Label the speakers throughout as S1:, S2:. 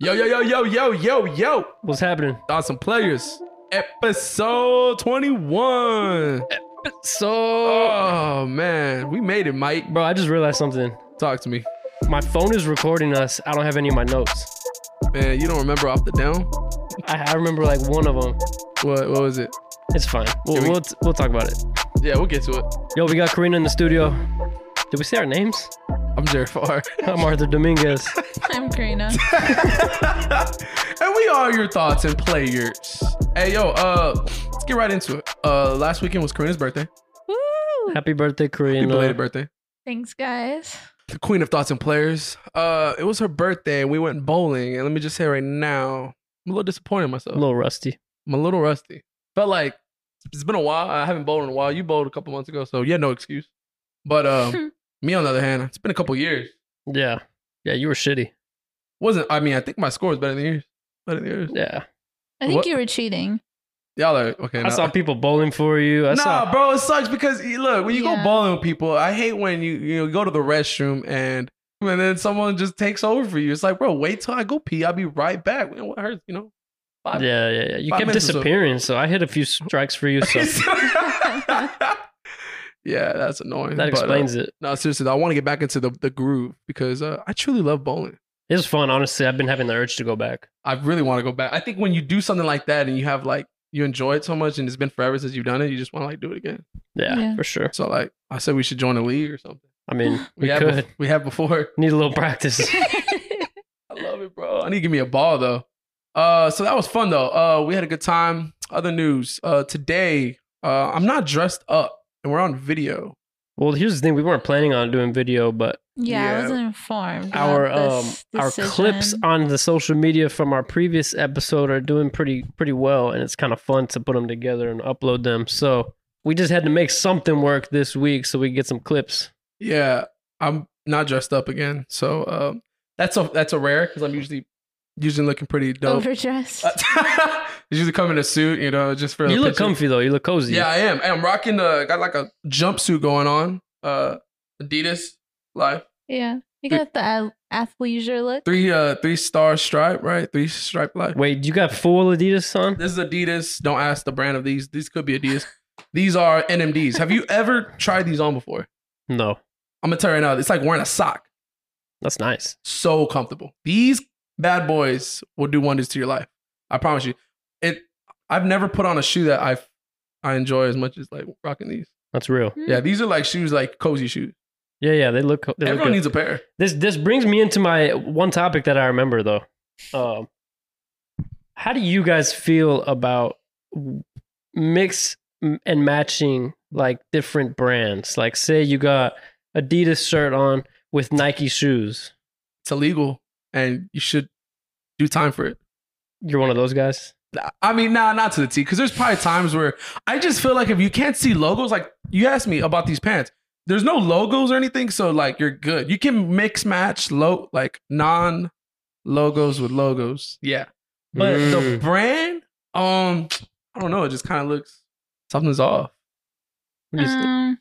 S1: Yo, yo, yo, yo, yo, yo, yo.
S2: What's happening?
S1: Awesome players. Episode 21.
S2: So,
S1: Oh, man. We made it, Mike.
S2: bro, I just realized something.
S1: Talk to me.
S2: My phone is recording us. I don't have any of my notes.
S1: Man, you don't remember off the down?
S2: I, I remember like one of them.
S1: What What was it?
S2: It's fine. We'll,
S1: Can we-
S2: we'll, t- we'll talk about it.
S1: Yeah, we'll get to it.
S2: Yo, we got Karina in the studio. Did we say our names?
S1: I'm Jared Farr.
S2: I'm Arthur Dominguez.
S3: I'm Karina.
S1: and we are your thoughts and players. Hey, yo, uh, let's get right into it. Uh, last weekend was Karina's birthday.
S3: Woo!
S2: Happy birthday,
S1: Happy belated
S2: Karina.
S1: birthday.
S3: Thanks, guys.
S1: The queen of thoughts and players. Uh, it was her birthday and we went bowling. And let me just say right now, I'm a little disappointed in myself.
S2: A little rusty.
S1: I'm a little rusty. Felt like it's been a while. I haven't bowled in a while. You bowled a couple months ago, so yeah, no excuse. But um, me on the other hand, it's been a couple years.
S2: Yeah. Yeah, you were shitty.
S1: Wasn't I mean? I think my score was better than yours. Better than yours.
S2: Yeah.
S3: I think
S1: What?
S3: you were cheating.
S1: Y'all are okay.
S2: I saw people bowling for you. I
S1: nah,
S2: saw.
S1: bro, it sucks because you- look when you go
S3: Yeah.
S1: bowling with people. I hate when you you know, go to the restroom and and then someone just takes over for you. It's like, bro, wait till I go pee. I'll be right back. You know what hurts? You know. Five-
S2: Yeah, yeah, yeah. You
S1: Five
S2: kept
S1: minutes or so.
S2: disappearing, so I hit a few strikes for you. So
S1: yeah, that's annoying.
S2: that
S1: but, uh,
S2: explains it.
S1: No, seriously, though, I want to get back into the, the groove because uh, I truly love bowling.
S2: It was fun, honestly. I've been having the urge to go back.
S1: I really want to go back. I think when you do something like that and you have like you enjoy it so much and it's been forever since you've done it, you just want to like do it again.
S2: yeah.
S3: Yeah.
S2: for sure.
S1: So like I said, we should join a league or something.
S2: I mean, we,
S1: have
S2: could.
S1: bef- we have before.
S2: Need a little practice.
S1: I love it, bro. I need to give me a ball though. Uh, so that was fun though. Uh, we had a good time. Other news. Uh, today, uh, I'm not dressed up and we're on video.
S2: well, here's the thing: we weren't planning on doing video, but
S3: yeah,
S1: Yeah.
S3: I wasn't informed.
S2: our
S3: about
S2: um
S3: this
S2: our clips
S3: decision.
S2: on the social media from our previous episode are doing pretty pretty well, and it's kind of fun to put them together and upload them. So we just had to make something work this week so we could get some clips.
S1: Yeah, I'm not dressed up again. So um, that's a that's a rare because I'm usually usually looking pretty dope.
S2: Uh,
S3: overdressed.
S1: I usually come in a suit, you know, just for the
S2: You look
S1: picture.
S2: comfy though. You look cozy.
S1: Yeah, I am. I'm rocking the got like a jumpsuit going on. Uh, Adidas life
S3: yeah, you
S1: Three-
S3: got the a- athleisure look.
S1: three uh three star stripe right three stripe life.
S2: Wait, you got full Adidas on?
S1: This is Adidas. Don't ask the brand of these. These could be Adidas. These are NMDs. Have you ever tried these on before?
S2: No,
S1: I'm gonna tell you right now. It's like wearing a sock.
S2: that's nice.
S1: so comfortable. These bad boys will do wonders to your life. I promise you. It. I've never put on a shoe that I I enjoy as much as like rocking these.
S2: That's real.
S3: Hmm?
S1: Yeah, these are like shoes like cozy shoes.
S2: Yeah, yeah. They look. They look
S1: Everyone
S2: good.
S1: needs a pair.
S2: This this brings me into my one topic that I remember though. Um, how do you guys feel about mix and matching like different brands? Like, say you got Adidas shirt on with Nike shoes.
S1: It's illegal, and you should do time for it.
S2: You're one of those guys.
S1: I mean, nah, not to the T, because there's probably times where I just feel like if you can't see logos, like you asked me about these pants, there's no logos or anything, so like you're good. You can mix match low like non logos with logos. Yeah. But the
S2: Mm.
S1: brand, um, I don't know. It just kind of looks something's off.
S2: What do you think?
S3: Um,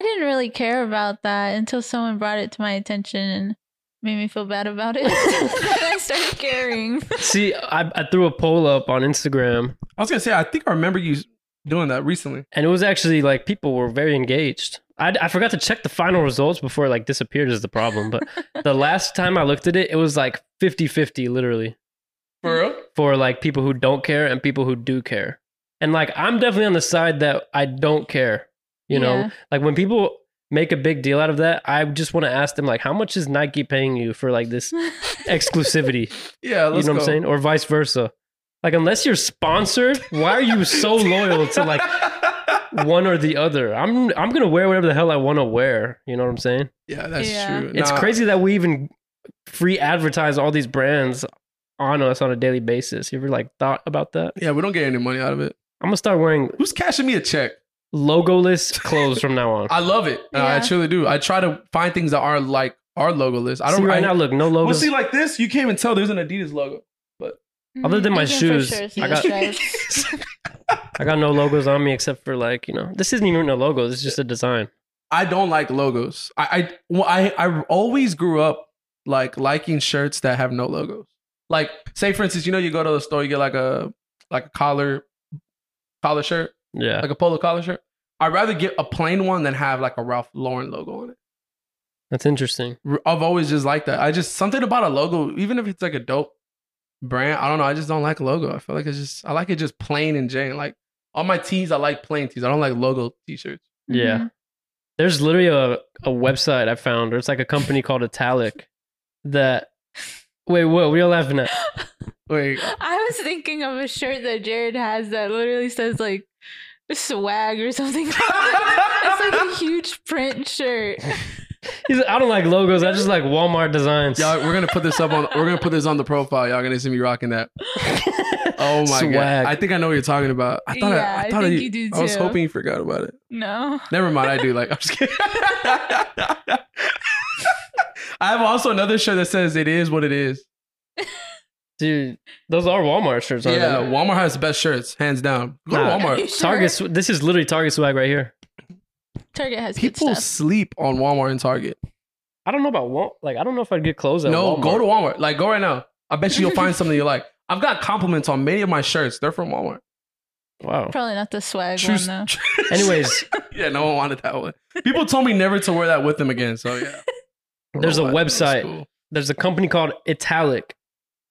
S3: I didn't really care about that until someone brought it to my attention and made me feel bad about it. then I started caring.
S2: see, I, I threw a poll up on Instagram,
S1: I was gonna say, I think I remember you doing that recently.
S2: and it was actually like people were very engaged. I, I forgot to check the final results before it like disappeared is the problem. But the last time I looked at it, it was like 50-50 literally.
S1: For real?
S2: for like people who don't care and people who do care. And like I'm definitely on the side that I don't care. You know,
S3: Yeah.
S2: like when people make a big deal out of that, I just want to ask them like how much is Nike paying you for like this exclusivity?
S1: Yeah,
S2: you know
S1: let's
S2: what I'm
S1: go.
S2: saying? Or vice versa. Like unless you're sponsored, why are you so loyal to like one or the other? I'm I'm going to wear whatever the hell I want to wear, you know what I'm saying?
S1: yeah, that's
S3: Yeah.
S1: true.
S2: It's
S1: Nah,
S2: crazy that we even free advertise all these brands on us on a daily basis. You ever like thought about that?
S1: Yeah, we don't get any money out of it.
S2: I'm gonna start wearing
S1: Who's cashing me a check?
S2: logoless clothes from now on.
S1: I love it. Uh, I
S3: Yeah.
S1: truly do. I try to find things that are like our logo list. I don't
S2: see right
S1: I,
S2: now. Look, no
S1: Well,
S2: logos.
S1: see, like this, you can't even tell there's an Adidas logo.
S2: Other than
S3: I
S2: my
S3: can for
S2: shoes,
S3: sure see
S2: I
S3: the
S2: got-
S3: stripes.
S2: I got no logos on me except for like you know. This isn't even a logo. This is just a design.
S1: I don't like logos. I I, well, I I always grew up like liking shirts that have no logos. Like, say for instance, you know, you go to the store, you get like a like a collar collar shirt,
S2: Yeah.
S1: like a polo collar shirt. I'd rather get a plain one than have like a Ralph Lauren logo on it.
S2: That's interesting.
S1: R- I've always just liked that. I just something about a logo, even if it's like a dope brand. I don't know. I just don't like logo. I feel like it's just I like it just plain and Jane. Like all my tees, I like plain tees. I don't like logo t-shirts.
S2: Yeah.
S3: Mhm.
S2: There's literally a, a website I found, or it's like a company called Italic that. Wait, what? What are you laughing at?
S1: Wait,
S3: I was thinking of a shirt that Jared has that literally says like swag or something. it's like a huge print shirt.
S2: He's like, I don't like logos. I just like Walmart designs.
S1: y'all, we're gonna put this up on. We're gonna put this on the profile. Y'all gonna see me rocking that. Oh my
S2: Swag.
S1: god! I think I know what you're talking about. I thought
S3: Yeah,
S1: I,
S3: I
S1: thought
S3: think
S1: you,
S3: you do
S1: I was
S3: too.
S1: hoping you forgot about it.
S3: No.
S1: Never mind. I do. Like I'm just kidding. I have also another shirt that says "It is what it is."
S2: Dude, those are Walmart shirts, aren't
S1: yeah,
S2: they?
S1: Walmart has the best shirts, hands down. Go
S2: Nah.
S1: to
S3: Are
S1: Walmart.
S3: you sure?
S2: Target. sw- This is literally Target swag right here.
S3: Target has
S1: People
S3: good stuff.
S1: sleep on Walmart and Target.
S2: I don't know about Wal- like I don't know if I'd get clothes at
S1: no,
S2: Walmart.
S1: go to Walmart. Like go right now. I bet you you'll find something you like. I've got compliments on many of my shirts. They're from Walmart.
S2: wow.
S3: Probably not the swag
S1: Choose-
S3: one
S2: Anyways,
S1: yeah, no one wanted that one. People told me never to wear that with them again. So yeah.
S2: There's a
S1: Walmart, that's
S2: website.
S1: cool.
S2: there's a company called Italic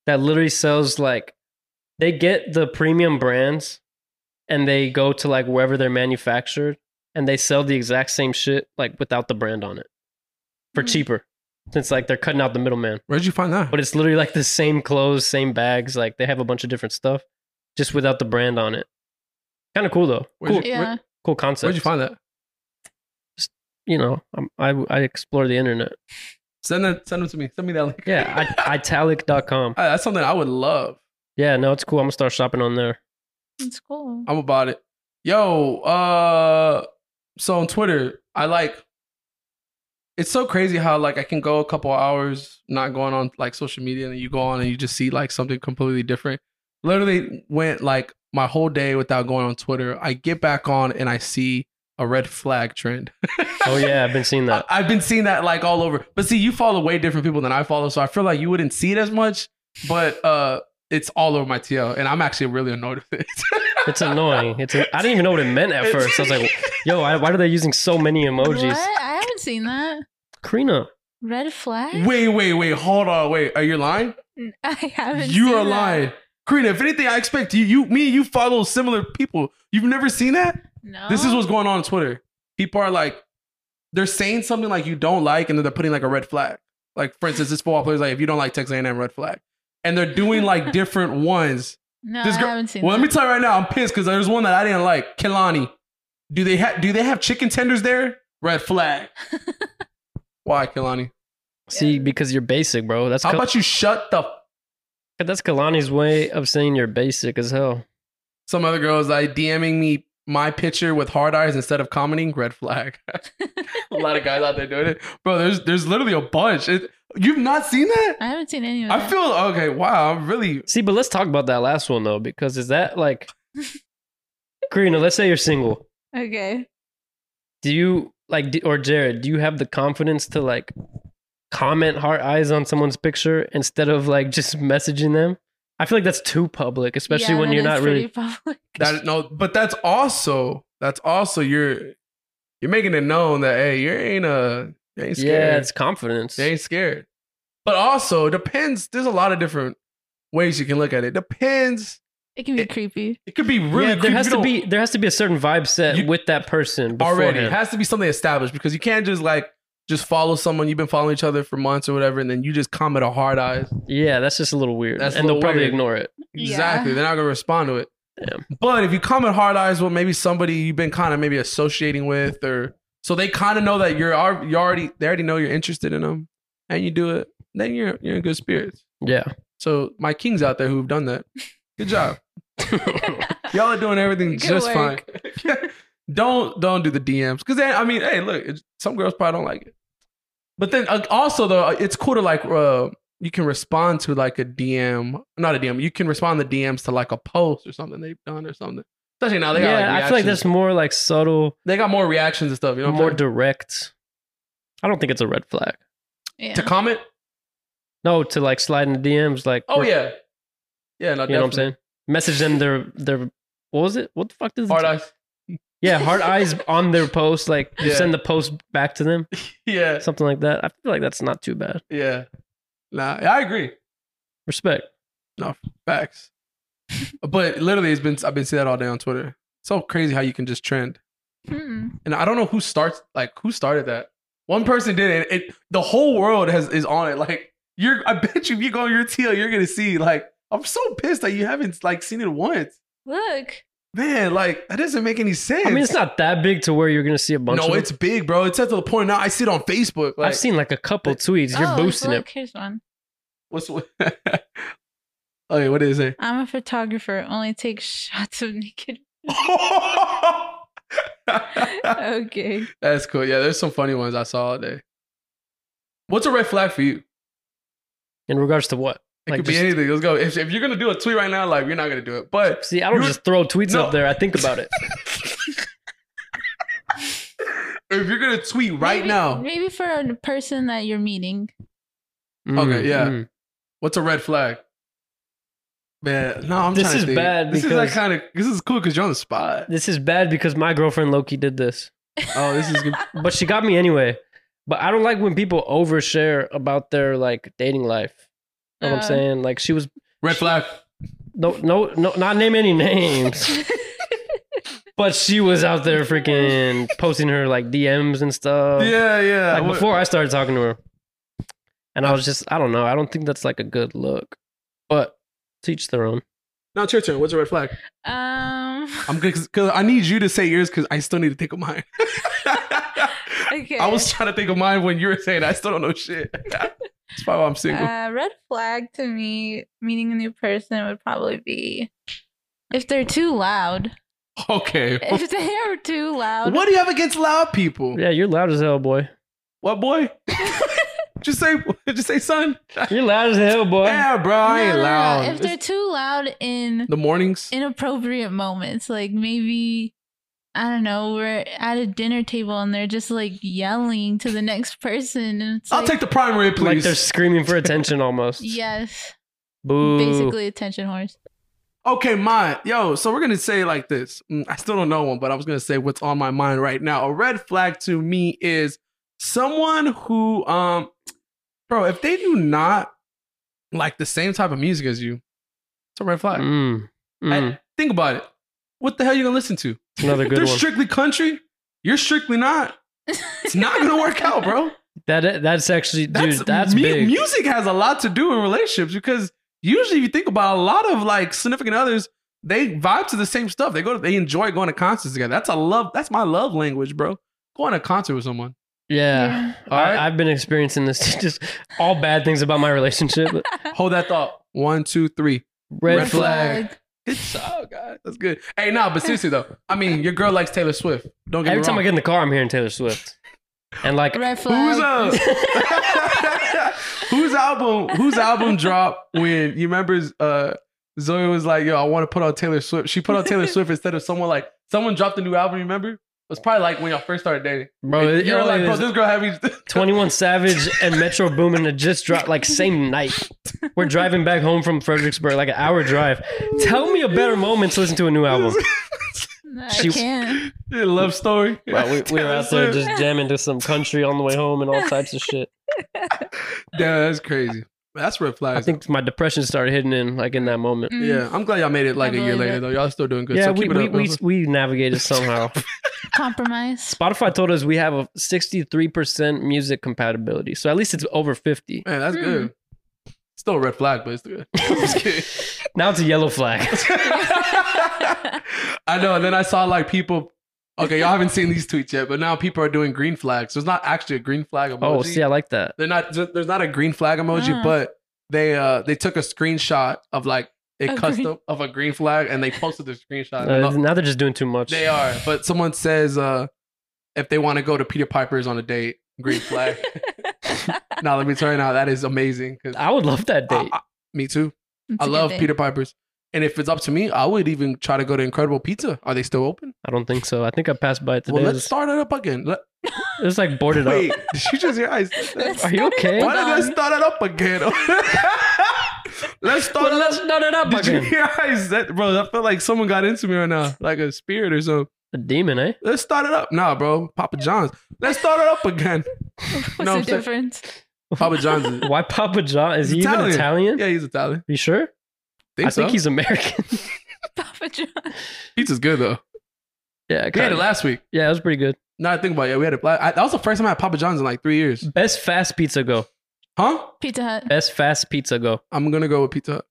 S2: that literally sells like they get the premium brands and they go to like wherever they're manufactured and they sell the exact same shit like without the brand on it for
S3: Hmm.
S2: cheaper. Since like they're cutting out the middleman.
S1: Where'd you find that?
S2: But it's literally like the same clothes, same bags, like they have a bunch of different stuff just without the brand on it. Kind of cool though.
S1: Where'd
S2: Cool,
S3: though. Yeah.
S2: cool concept.
S1: Where'd you find that?
S2: You know, I'm, I I explore the internet.
S1: Send that. Send them to me. Send me that link.
S2: Yeah, I, italic.com.
S1: Uh, that's something I would love.
S2: Yeah, no, it's cool. I'm gonna start shopping on there.
S3: It's cool.
S1: I'm about it. Yo, uh, so on Twitter, I like. It's so crazy how like I can go a couple hours not going on like social media, and then you go on and you just see like something completely different. Literally went like my whole day without going on Twitter. I get back on and I see a red flag trend.
S2: Oh yeah, I've been seeing that.
S1: I- I've been seeing that like all over. But see, you follow way different people than I follow, so I feel like you wouldn't see it as much. But uh it's all over my TL, and I'm actually really annoyed with it.
S2: It's annoying. It's I I didn't even know what it meant at first. I was like, yo, I, why are they using so many emojis?
S3: What? I haven't seen that.
S2: Karina,
S3: Red flag?
S1: wait, wait, wait, hold on, wait. Are you lying?
S3: I haven't
S1: You
S3: seen
S1: are
S3: that.
S1: lying. Karina, if anything, I expect you, you, me, and you follow similar people. You've never seen that?
S3: No.
S1: This is what's going on on Twitter. People are like, they're saying something like you don't like, and then they're putting like a red flag. Like, for instance, this football player's like, if you don't like Texas A&M, red flag. And they're doing like different ones.
S3: No,
S1: This
S3: I
S1: girl-
S3: haven't seen
S1: Well,
S3: that.
S1: let me tell you right now, I'm pissed because there's one that I didn't like. Kelani. Do they have do they have chicken tenders there? Red flag. Why, Kelani?
S2: see, because you're basic, bro. That's
S1: How
S2: Ka-
S1: about you shut the f-
S2: that's Kalani's way of saying you're basic as hell.
S1: some other girls like DMing me my picture with hard eyes instead of commenting? Red flag. a lot of guys out there doing it. Bro, there's there's literally a bunch. It, you've not seen that?
S3: I haven't seen
S2: Uh-huh.
S3: any of
S1: I
S3: that.
S1: feel okay, wow, I'm really
S2: See, but let's talk about that last one though, because is that like Karina? Let's say you're single.
S3: okay.
S2: Do you like, d- or Jared? Do you have the confidence to like comment heart eyes on someone's picture instead of like just messaging them? I feel like that's too public, especially
S3: Yeah,
S2: when
S3: that
S2: you're
S3: is
S2: not really.
S3: pretty public.
S1: that no, but that's also that's also you're you're making it known that hey, you ain't uh you ain't scared.
S2: Yeah, it's confidence.
S1: They ain't scared. But also, it depends. There's a lot of different ways you can look at it. Depends.
S3: It can be
S1: It-
S3: creepy.
S1: It could be really.
S2: yeah,
S1: creepy.
S2: there has
S1: You
S2: to
S1: don't-
S2: be there has to be a certain vibe set
S1: You-
S2: with that person beforehand.
S1: already. It has to be something established because you can't just like just follow someone you've been following each other for months or whatever, and then you just comment a hard eyes.
S2: yeah, that's just a little weird,
S1: That's a
S2: and they'll
S1: little
S2: probably
S1: weird.
S2: ignore it.
S3: Yeah.
S1: Exactly. They're not gonna respond to it.
S2: Damn.
S1: But if you comment hard eyes with maybe somebody you've been kind of maybe associating with, or so they kind of know that you're al- you already they already know you're interested in them, and you do it, then you're you're in good spirits.
S2: Yeah,
S1: So my kings out there who've done that, good job. Y'all are doing everything
S3: Good
S1: just
S3: work.
S1: fine. don't don't do the DMs because I mean, hey, look, it's- some girls probably don't like it. But then uh, also though, it's cool to like uh, you can respond to like a DM, not a DM. You can respond to DMs to like a post or something they've done or something. Especially now they got
S2: yeah.
S1: like
S2: I feel like
S1: reactions.
S2: that's more like subtle,
S1: they got more reactions and stuff. You know, what I'm
S2: more
S1: saying?
S2: direct. I don't think it's a red flag.
S3: Yeah.
S1: to comment.
S2: No, to like slide in the DMs, like
S1: Oh
S2: we're-
S1: yeah, yeah. No,
S2: you know what I'm saying. Message them their their what was it? What the fuck does it
S1: Hard
S2: say?
S1: eyes.
S2: Yeah, hard eyes on their post. Like you
S1: Yeah.
S2: send the post back to them,
S1: Yeah,
S2: something like that. I feel like that's not too bad.
S1: yeah. Nah, I agree.
S2: Respect.
S1: Facts. but literally, it's been I've been seeing that all day on Twitter. It's so crazy how you can just trend.
S3: Mm-mm.
S1: And I don't know who starts like who started that. One person did it. it the whole world has is on it. Like you're, I bet you if you go on your TL, you're gonna see. Like I'm so pissed that you haven't like seen it once.
S3: Look,
S1: Man, like that doesn't make any sense.
S2: I mean, it's not that big to where you're gonna see a bunch.
S1: No,
S2: of
S1: it's big, bro. It's at the point now. I see it on Facebook. Like,
S2: I've seen like a couple tweets. You're
S3: oh,
S2: boosting
S3: look,
S2: it.
S3: here's one.
S1: What's okay? What is it?
S3: I'm a photographer. Only take shots of naked. okay.
S1: That's cool. Yeah, there's some funny ones I saw all day. What's a red flag for you?
S2: In regards to what?
S1: It
S2: Like
S1: could be
S2: just-
S1: anything. Let's go. If, if you're gonna do a tweet right now, like you're not gonna do it. But
S2: See, I don't
S1: You-
S2: just throw tweets
S1: No.
S2: up there. I think about it.
S1: if you're gonna tweet right
S3: Maybe-
S1: now,
S3: Maybe for a person that you're meeting.
S1: Okay, yeah.
S2: mm.
S1: what's a red flag? Man, no, I'm
S2: This
S1: trying to
S2: is
S1: think.
S2: bad
S1: This is like
S2: because-
S1: kind of this is cool because you're on the spot.
S2: This is bad because my girlfriend Loki did this,
S1: Oh, this is good.
S2: but she got me anyway. But I don't like when people overshare about their like dating life. You know what
S3: Uh.
S2: I'm saying? Like she was
S1: red flag.
S2: no no no not name any names. But she was out there freaking posting her like DMs and stuff.
S1: Yeah, yeah.
S2: Like
S1: What-
S2: before I started talking to her. And I was just, I don't know. I don't think that's like a good look. But teach their own.
S1: Now it's your turn. What's a red flag?
S3: um.
S1: I'm good because I need you to say yours because I still need to think of mine.
S3: Okay.
S1: I was trying to think of mine when you were saying I still don't know shit. That's probably why I'm single.
S3: Uh, red flag to me, meeting a new person would probably be if they're too loud.
S1: okay.
S3: If they are too loud,
S1: What do you have against loud people?
S2: Yeah, you're loud as hell, boy.
S1: What boy? just say, just say, son.
S2: You're loud as hell, boy.
S1: Yeah, bro, I
S3: No,
S1: ain't
S3: no, no.
S1: loud.
S3: If they're too loud in
S1: the mornings.
S3: inappropriate moments, like maybe I don't know, we're at a dinner table and they're just like yelling to the next person, and it's
S1: I'll
S3: like,
S1: take the primary,
S2: Like
S1: please.
S2: they're screaming for attention almost.
S3: yes,
S2: Boo.
S3: basically attention horse.
S1: okay, mine. Yo, so we're gonna say like this. Mm, I still don't know one, but I was gonna say what's on my mind right now. A red flag to me is someone who, um, bro, if they do not like the same type of music as you, it's a red flag.
S2: Mm. Mm.
S1: I- think about it. What the hell you gonna listen to?
S2: Another
S1: They're
S2: good one.
S1: strictly country. You're strictly not. It's not gonna work out, bro.
S2: That that's actually dude, that's,
S1: mu-
S2: big.
S1: Music has a lot to do in relationships because usually, if you think about it, a lot of like significant others, they vibe to the same stuff. They go, to, they enjoy going to concerts together. That's a love. That's my love language, bro. Going to a concert with someone.
S2: Yeah.
S1: All right.
S2: I, I've been experiencing this just all bad things about my relationship. Red,
S1: Hold that thought. One, two, three. Red flag.
S3: Flag.
S1: Good job, guys. That's good. Hey, no, but seriously though, I mean, your girl likes Taylor Swift. Don't get
S2: Every
S1: me
S2: time I
S1: wrong.
S2: get in the car, I'm hearing Taylor Swift. And like
S3: Red
S1: Who's
S3: flag.
S1: up? whose album? Whose album dropped when you remember? Uh, Zoe was like, "Yo, I want to put on Taylor Swift." She put on Taylor Swift instead of someone like someone dropped a new album. You remember? It was probably like when y'all first started dating.
S2: Bro, Oh, it,
S1: you were like,
S2: like,
S1: "Bro, this girl had me."
S2: 21 Savage and Metro Boomin had just dropped like same night. We're driving back home from Fredericksburg, like an hour drive. Tell me a better moment to listen to a new album.
S3: I
S2: She-
S3: can't.
S1: Love story.
S2: Bro, we, we were
S1: Taylor
S2: out there
S1: Swift.
S2: just jamming to some country on the way home and all types of shit.
S1: Damn, that's crazy. That's red flags.
S2: I think my depression started hitting in like in that moment.
S3: Mm.
S1: Yeah, I'm glad y'all made it like
S3: I
S1: a year
S3: believe
S1: later
S3: it.
S1: though. Y'all still doing good.
S2: Yeah,
S1: so
S2: we,
S1: keep it
S2: we,
S1: up.
S2: we, we navigated somehow.
S3: Compromise.
S2: Spotify told us we have a 63% music compatibility. So at least it's over 50.
S1: Man, that's good. Still a red flag, but it's good. I'm just kidding.
S2: Now it's a yellow flag.
S1: I know. And then I saw like people. Okay, y'all haven't seen these tweets yet, but now people are doing green flags. There's not actually a green flag emoji.
S2: Oh, see, I like that.
S1: They're not. There's not a green flag emoji,
S3: Ah.
S1: but they uh they took a screenshot of like a,
S3: A
S1: custom
S3: green-
S1: of a green flag and they posted the screenshot.
S2: Uh,
S1: And
S2: now they're just doing too much.
S1: they are, but someone says uh if they want to go to Peter Piper's on a date, green flag. now let me tell you now that is amazing because
S2: I would love that
S1: Uh,
S2: date.
S1: me too.
S3: It's
S1: I
S3: a good
S1: love
S3: thing.
S1: Peter Piper's. And if it's up to me, I would even try to go to Incredible Pizza. Are they still open?
S2: I don't think so. I think I passed by it today.
S1: Well, let's start it up again. Let,
S2: It was like boarded
S1: Wait,
S2: up.
S1: did she just hear I said that?
S3: Let's
S2: Are you
S3: start it
S2: okay?
S3: up
S2: Why
S1: Why did I
S3: again.
S1: start it up again? let's start
S2: Well,
S1: it up.
S2: let's nut it up
S1: Did you
S2: again.
S1: hear I said, bro? I felt like someone got into me right now, like a spirit or something.
S2: A demon, eh?
S1: Let's start it up. Nah, bro. Papa John's. Let's start it up again.
S3: What's
S1: No, I'm
S3: the
S1: saying-
S3: difference?
S1: Papa John's. Is,
S2: Why Papa John? Is he
S1: He's
S2: even
S1: Italian.
S2: Italian?
S1: yeah, he's Italian.
S2: You sure?
S1: Think
S2: I
S1: so.
S2: think he's American.
S3: Papa John.
S1: Pizza's good though. We
S2: yeah,
S1: had
S2: kinda.
S1: it last week.
S2: yeah, it was pretty good.
S1: Now I think about it, yeah, we had it. la- I, that was the first time I had Papa John's in like three years.
S2: Best fast pizza go.
S1: Huh?
S3: Pizza Hut.
S2: Best fast pizza go.
S1: I'm gonna go with Pizza. Hut.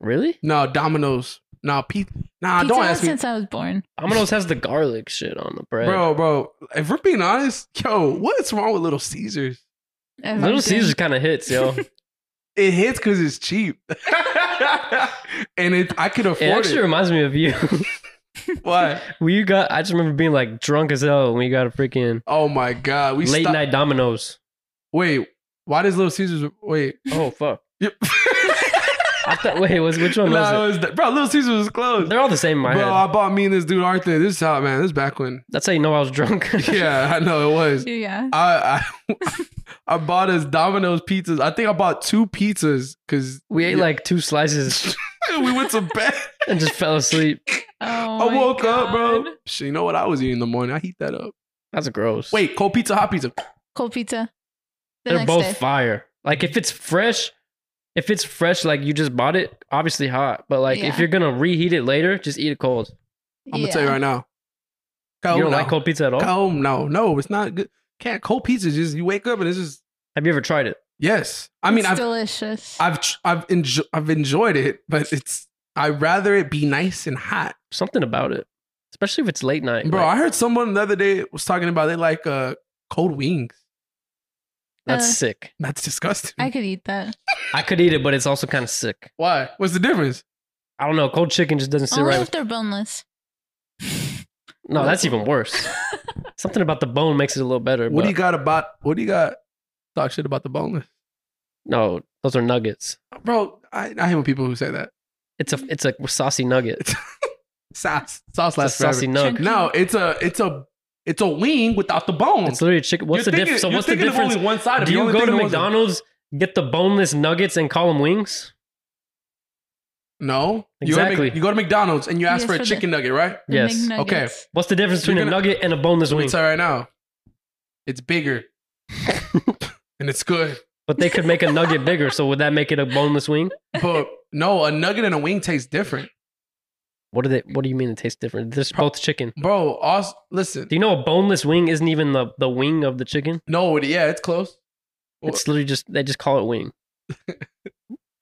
S2: Really?
S1: No, Domino's. No, pizza. Nah,
S3: Pizza
S1: Ah, don't
S3: Hut
S1: ask me,
S3: since I was born.
S2: Domino's has the garlic shit on the bread.
S1: bro, bro. If we're being honest, yo, what's wrong with Little Caesars?
S2: Little
S3: Everything.
S2: Caesars kind of hits, yo.
S1: It hits because it's cheap, and it I could
S2: It
S1: afford it.
S2: actually reminds me of you.
S1: Why?
S2: we got. I just remember being like drunk as hell when we got a freaking
S1: Oh my god, we
S2: late
S1: stopped-
S2: night Domino's.
S1: Wait, why does Little Caesars? Wait,
S2: Oh fuck!
S1: Yep.
S2: I thought. Wait, was which one
S1: Nah,
S2: was
S1: it was bro, Little Caesars was
S2: it?
S1: closed.
S2: They're all the same in my
S1: Bro,
S2: head.
S1: I bought me and this dude Arthur. This is how man. This is back when.
S2: That's how you know I was drunk.
S1: Yeah, I know it was.
S3: Yeah.
S1: I I, I bought us Domino's pizzas. I think I bought two pizzas because
S2: we ate
S1: Yeah.
S2: like two slices
S1: we went to bed.
S2: and just fell asleep.
S3: Oh
S1: I
S3: my
S1: woke up, bro.
S3: God.
S1: Shit, you know what I was eating in the morning? I heat that up.
S2: That's gross.
S1: Wait, cold pizza, hot pizza.
S3: Cold pizza. The
S2: they're
S3: next
S2: both
S3: day.
S2: fire. Like if it's fresh, if it's fresh, like you just bought it, obviously hot. But like if
S3: Yeah.
S2: you're gonna reheat it later, just eat it cold.
S1: I'm gonna tell you right now. Cold,
S2: you don't
S1: Oh, no.
S2: like cold pizza at all?
S1: Cold, no, no, it's not good. Can't cold pizza. is Just you wake up and it's just
S2: Have you ever tried it?
S1: yes. I mean,
S3: it's
S1: I've
S3: delicious.
S1: I've tr- I've enjo- I've enjoyed it, but it's I'd rather it be nice and hot,
S2: Something about it, especially if it's late night,
S1: bro.
S2: like,
S1: I heard someone the other day was talking about they like uh cold wings.
S2: that's
S3: Uh,
S2: sick.
S1: That's disgusting.
S3: I could eat that.
S2: I could eat it, but it's also kind of sick.
S1: Why? What's the difference?
S2: I don't know. Cold chicken just doesn't sit
S3: Only
S2: right.
S3: if
S2: With,
S3: they're boneless.
S2: no, that's even worse. Something about the bone makes it a little better.
S1: What
S2: but
S1: do you got about? What do you got? Talk shit about the boneless,
S2: No, those are nuggets.
S1: bro. I, I hate when people who say that
S2: It's a it's a saucy nugget.
S1: sauce sauce
S2: It's a
S1: lasts forever.
S2: saucy nug.
S1: No, it's a it's a it's a wing without the bone.
S2: It's literally a chicken. What's
S1: You're
S2: the
S1: thinking-
S2: difference? So
S1: you're
S2: what's the
S1: thinking of
S2: difference?
S1: Only one side. of it.
S2: Do
S1: The
S2: you
S1: only
S2: go
S1: thing
S2: to
S1: that wasn't-
S2: McDonald's, get the boneless nuggets, and call them wings?
S1: No, You go to Mc-
S2: Exactly.
S1: You go to McDonald's and you ask
S3: Yes,
S1: for a
S3: for the-
S1: chicken nugget, right?
S3: The
S2: Yes.
S3: McNuggets.
S1: Okay.
S2: What's the difference
S1: You're
S2: between a
S1: gonna-
S2: nugget and a boneless
S1: Let me
S2: wing?
S1: tell you right now, it's bigger, and it's good.
S2: But they could make a nugget bigger, so would that make it a boneless wing?
S1: But no, a nugget and a wing tastes different,
S2: What do they? What do you mean it tastes different? They're both chicken.
S1: bro. Also, listen,
S2: Do you know a boneless wing isn't even the, the wing of the chicken?
S1: no, it- yeah, it's close.
S2: It's literally just they just call it wing.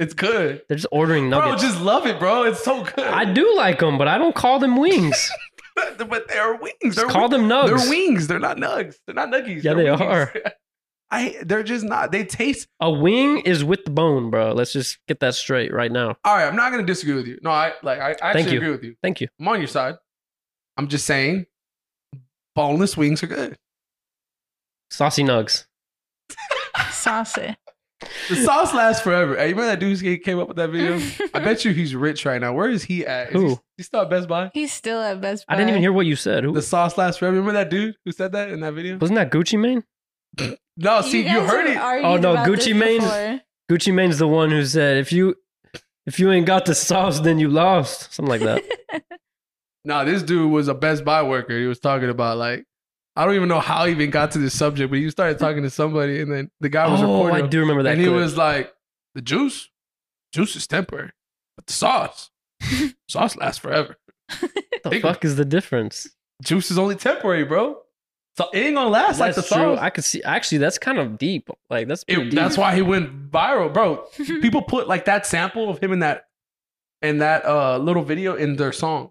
S1: It's good,
S2: They're just ordering
S1: bro.
S2: nuggets.
S1: Just love it, bro. It's so good.
S2: I do like them, but I don't call them wings.
S1: but they're wings. They're
S2: just call them nugs.
S1: They're wings. They're not nugs. They're not nuggies.
S2: Yeah,
S1: They're
S2: they
S1: wings. I. They're just not. They taste.
S2: A wing is with the bone, bro. Let's just get that straight right now.
S1: All right. I'm not gonna disagree with you. No, I like. I, I
S2: Thank
S1: actually
S2: you.
S1: agree with you.
S2: Thank you.
S1: I'm on your side. I'm just saying, boneless wings are good.
S2: Saucy nugs.
S3: Saucy.
S1: The sauce lasts forever. Hey, you remember that dude who came up with that video? I bet you he's rich right now. Where is he at? Is
S2: Who?
S1: He, he still at Best Buy?
S3: He's still at Best Buy.
S2: I didn't even hear what you said. Who,
S1: The sauce lasts forever. Remember that dude who said that in that video?
S2: wasn't that Gucci Mane?
S1: No, see, you,
S3: guys
S1: heard
S3: were
S1: it.
S3: argued
S2: Oh, no,
S3: about
S2: Gucci
S3: this
S2: Mane-
S3: before.
S2: Gucci Mane's the one who said, "If you, if you ain't got the sauce, then you lost." Something like that.
S1: no, this dude was a Best Buy worker. He was talking about like, I don't even know how he even got to this subject, but he started talking to somebody, and then the guy was
S2: oh,
S1: recording.
S2: I
S1: him,
S2: do remember that.
S1: and he
S2: clip.
S1: was like, the juice, juice is temporary, but the sauce, sauce lasts forever.
S2: what the fuck is the difference?
S1: Juice is only temporary, bro. So it ain't gonna last like the
S2: true.
S1: sauce.
S2: I could see. Actually, that's kind of deep. Like that's
S1: It-
S2: pretty deep.
S1: that's why he went viral, bro. People put like that sample of him in that in that uh little video in their song.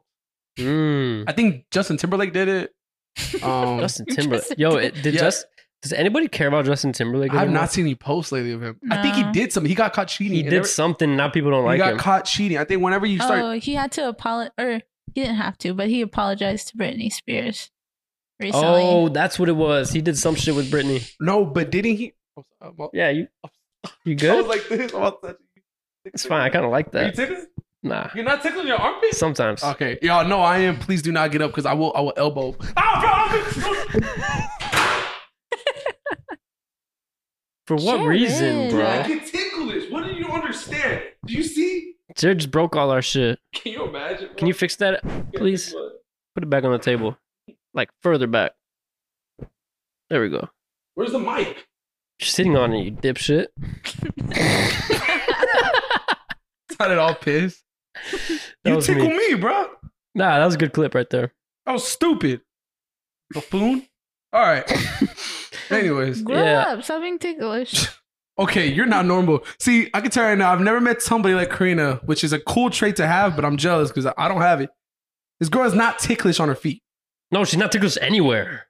S2: Mm.
S1: I think Justin Timberlake did it. Um,
S2: Justin Timberlake.
S3: Justin
S2: Yo, it, did
S1: Yeah.
S2: just does anybody care about Justin Timberlake?
S1: I've
S2: anymore?
S1: not seen any posts lately of him. I think he
S3: No.
S1: did something. He got caught cheating.
S2: He
S1: and
S2: did
S1: every-
S2: something. Now people don't
S1: he
S2: like
S1: got
S2: him.
S1: caught cheating. I think whenever you start,
S3: Oh, he had to apologize, or he didn't have to, but he apologized to Britney Spears recently.
S2: Oh, that's what it was. He did some shit with Britney.
S1: no, but didn't he? Oh, I'm sorry, I'm all-
S2: Yeah, you. You
S1: I was
S2: good?
S1: like this. I'm all touchy.
S2: it's fine. I kind of like
S1: Are you
S2: that.
S1: tickling?
S2: Nah.
S1: You're not tickling your armpit?
S2: Sometimes.
S1: Oh, Okay, y'all know I am. Please do not get up because I will. I will elbow. Ow, bro!
S2: For what
S3: Sure
S2: reason,
S3: is.
S2: bro?
S1: Like it's ticklish. What do you understand? Do you see?
S2: Jared just broke all our shit.
S1: Can you imagine?
S2: Can you fix that? please? Put it back on the table, like further back. There we go.
S1: Where's the mic?
S2: You're sitting on it, you dipshit.
S1: Not at all pissed.
S2: That
S1: you
S2: was
S1: tickle
S2: me.
S1: me. bro.
S2: Nah, that was a good clip right there.
S1: I was stupid. Buffoon. All right. Anyways.
S3: Grow
S2: Yeah.
S3: up. Stop being ticklish.
S1: Okay, you're not normal. See, I can tell you right now, I've never met somebody like Karina, which is a cool trait to have, but I'm jealous because I don't have it. This girl is not ticklish on her feet.
S2: No, she's not ticklish anywhere.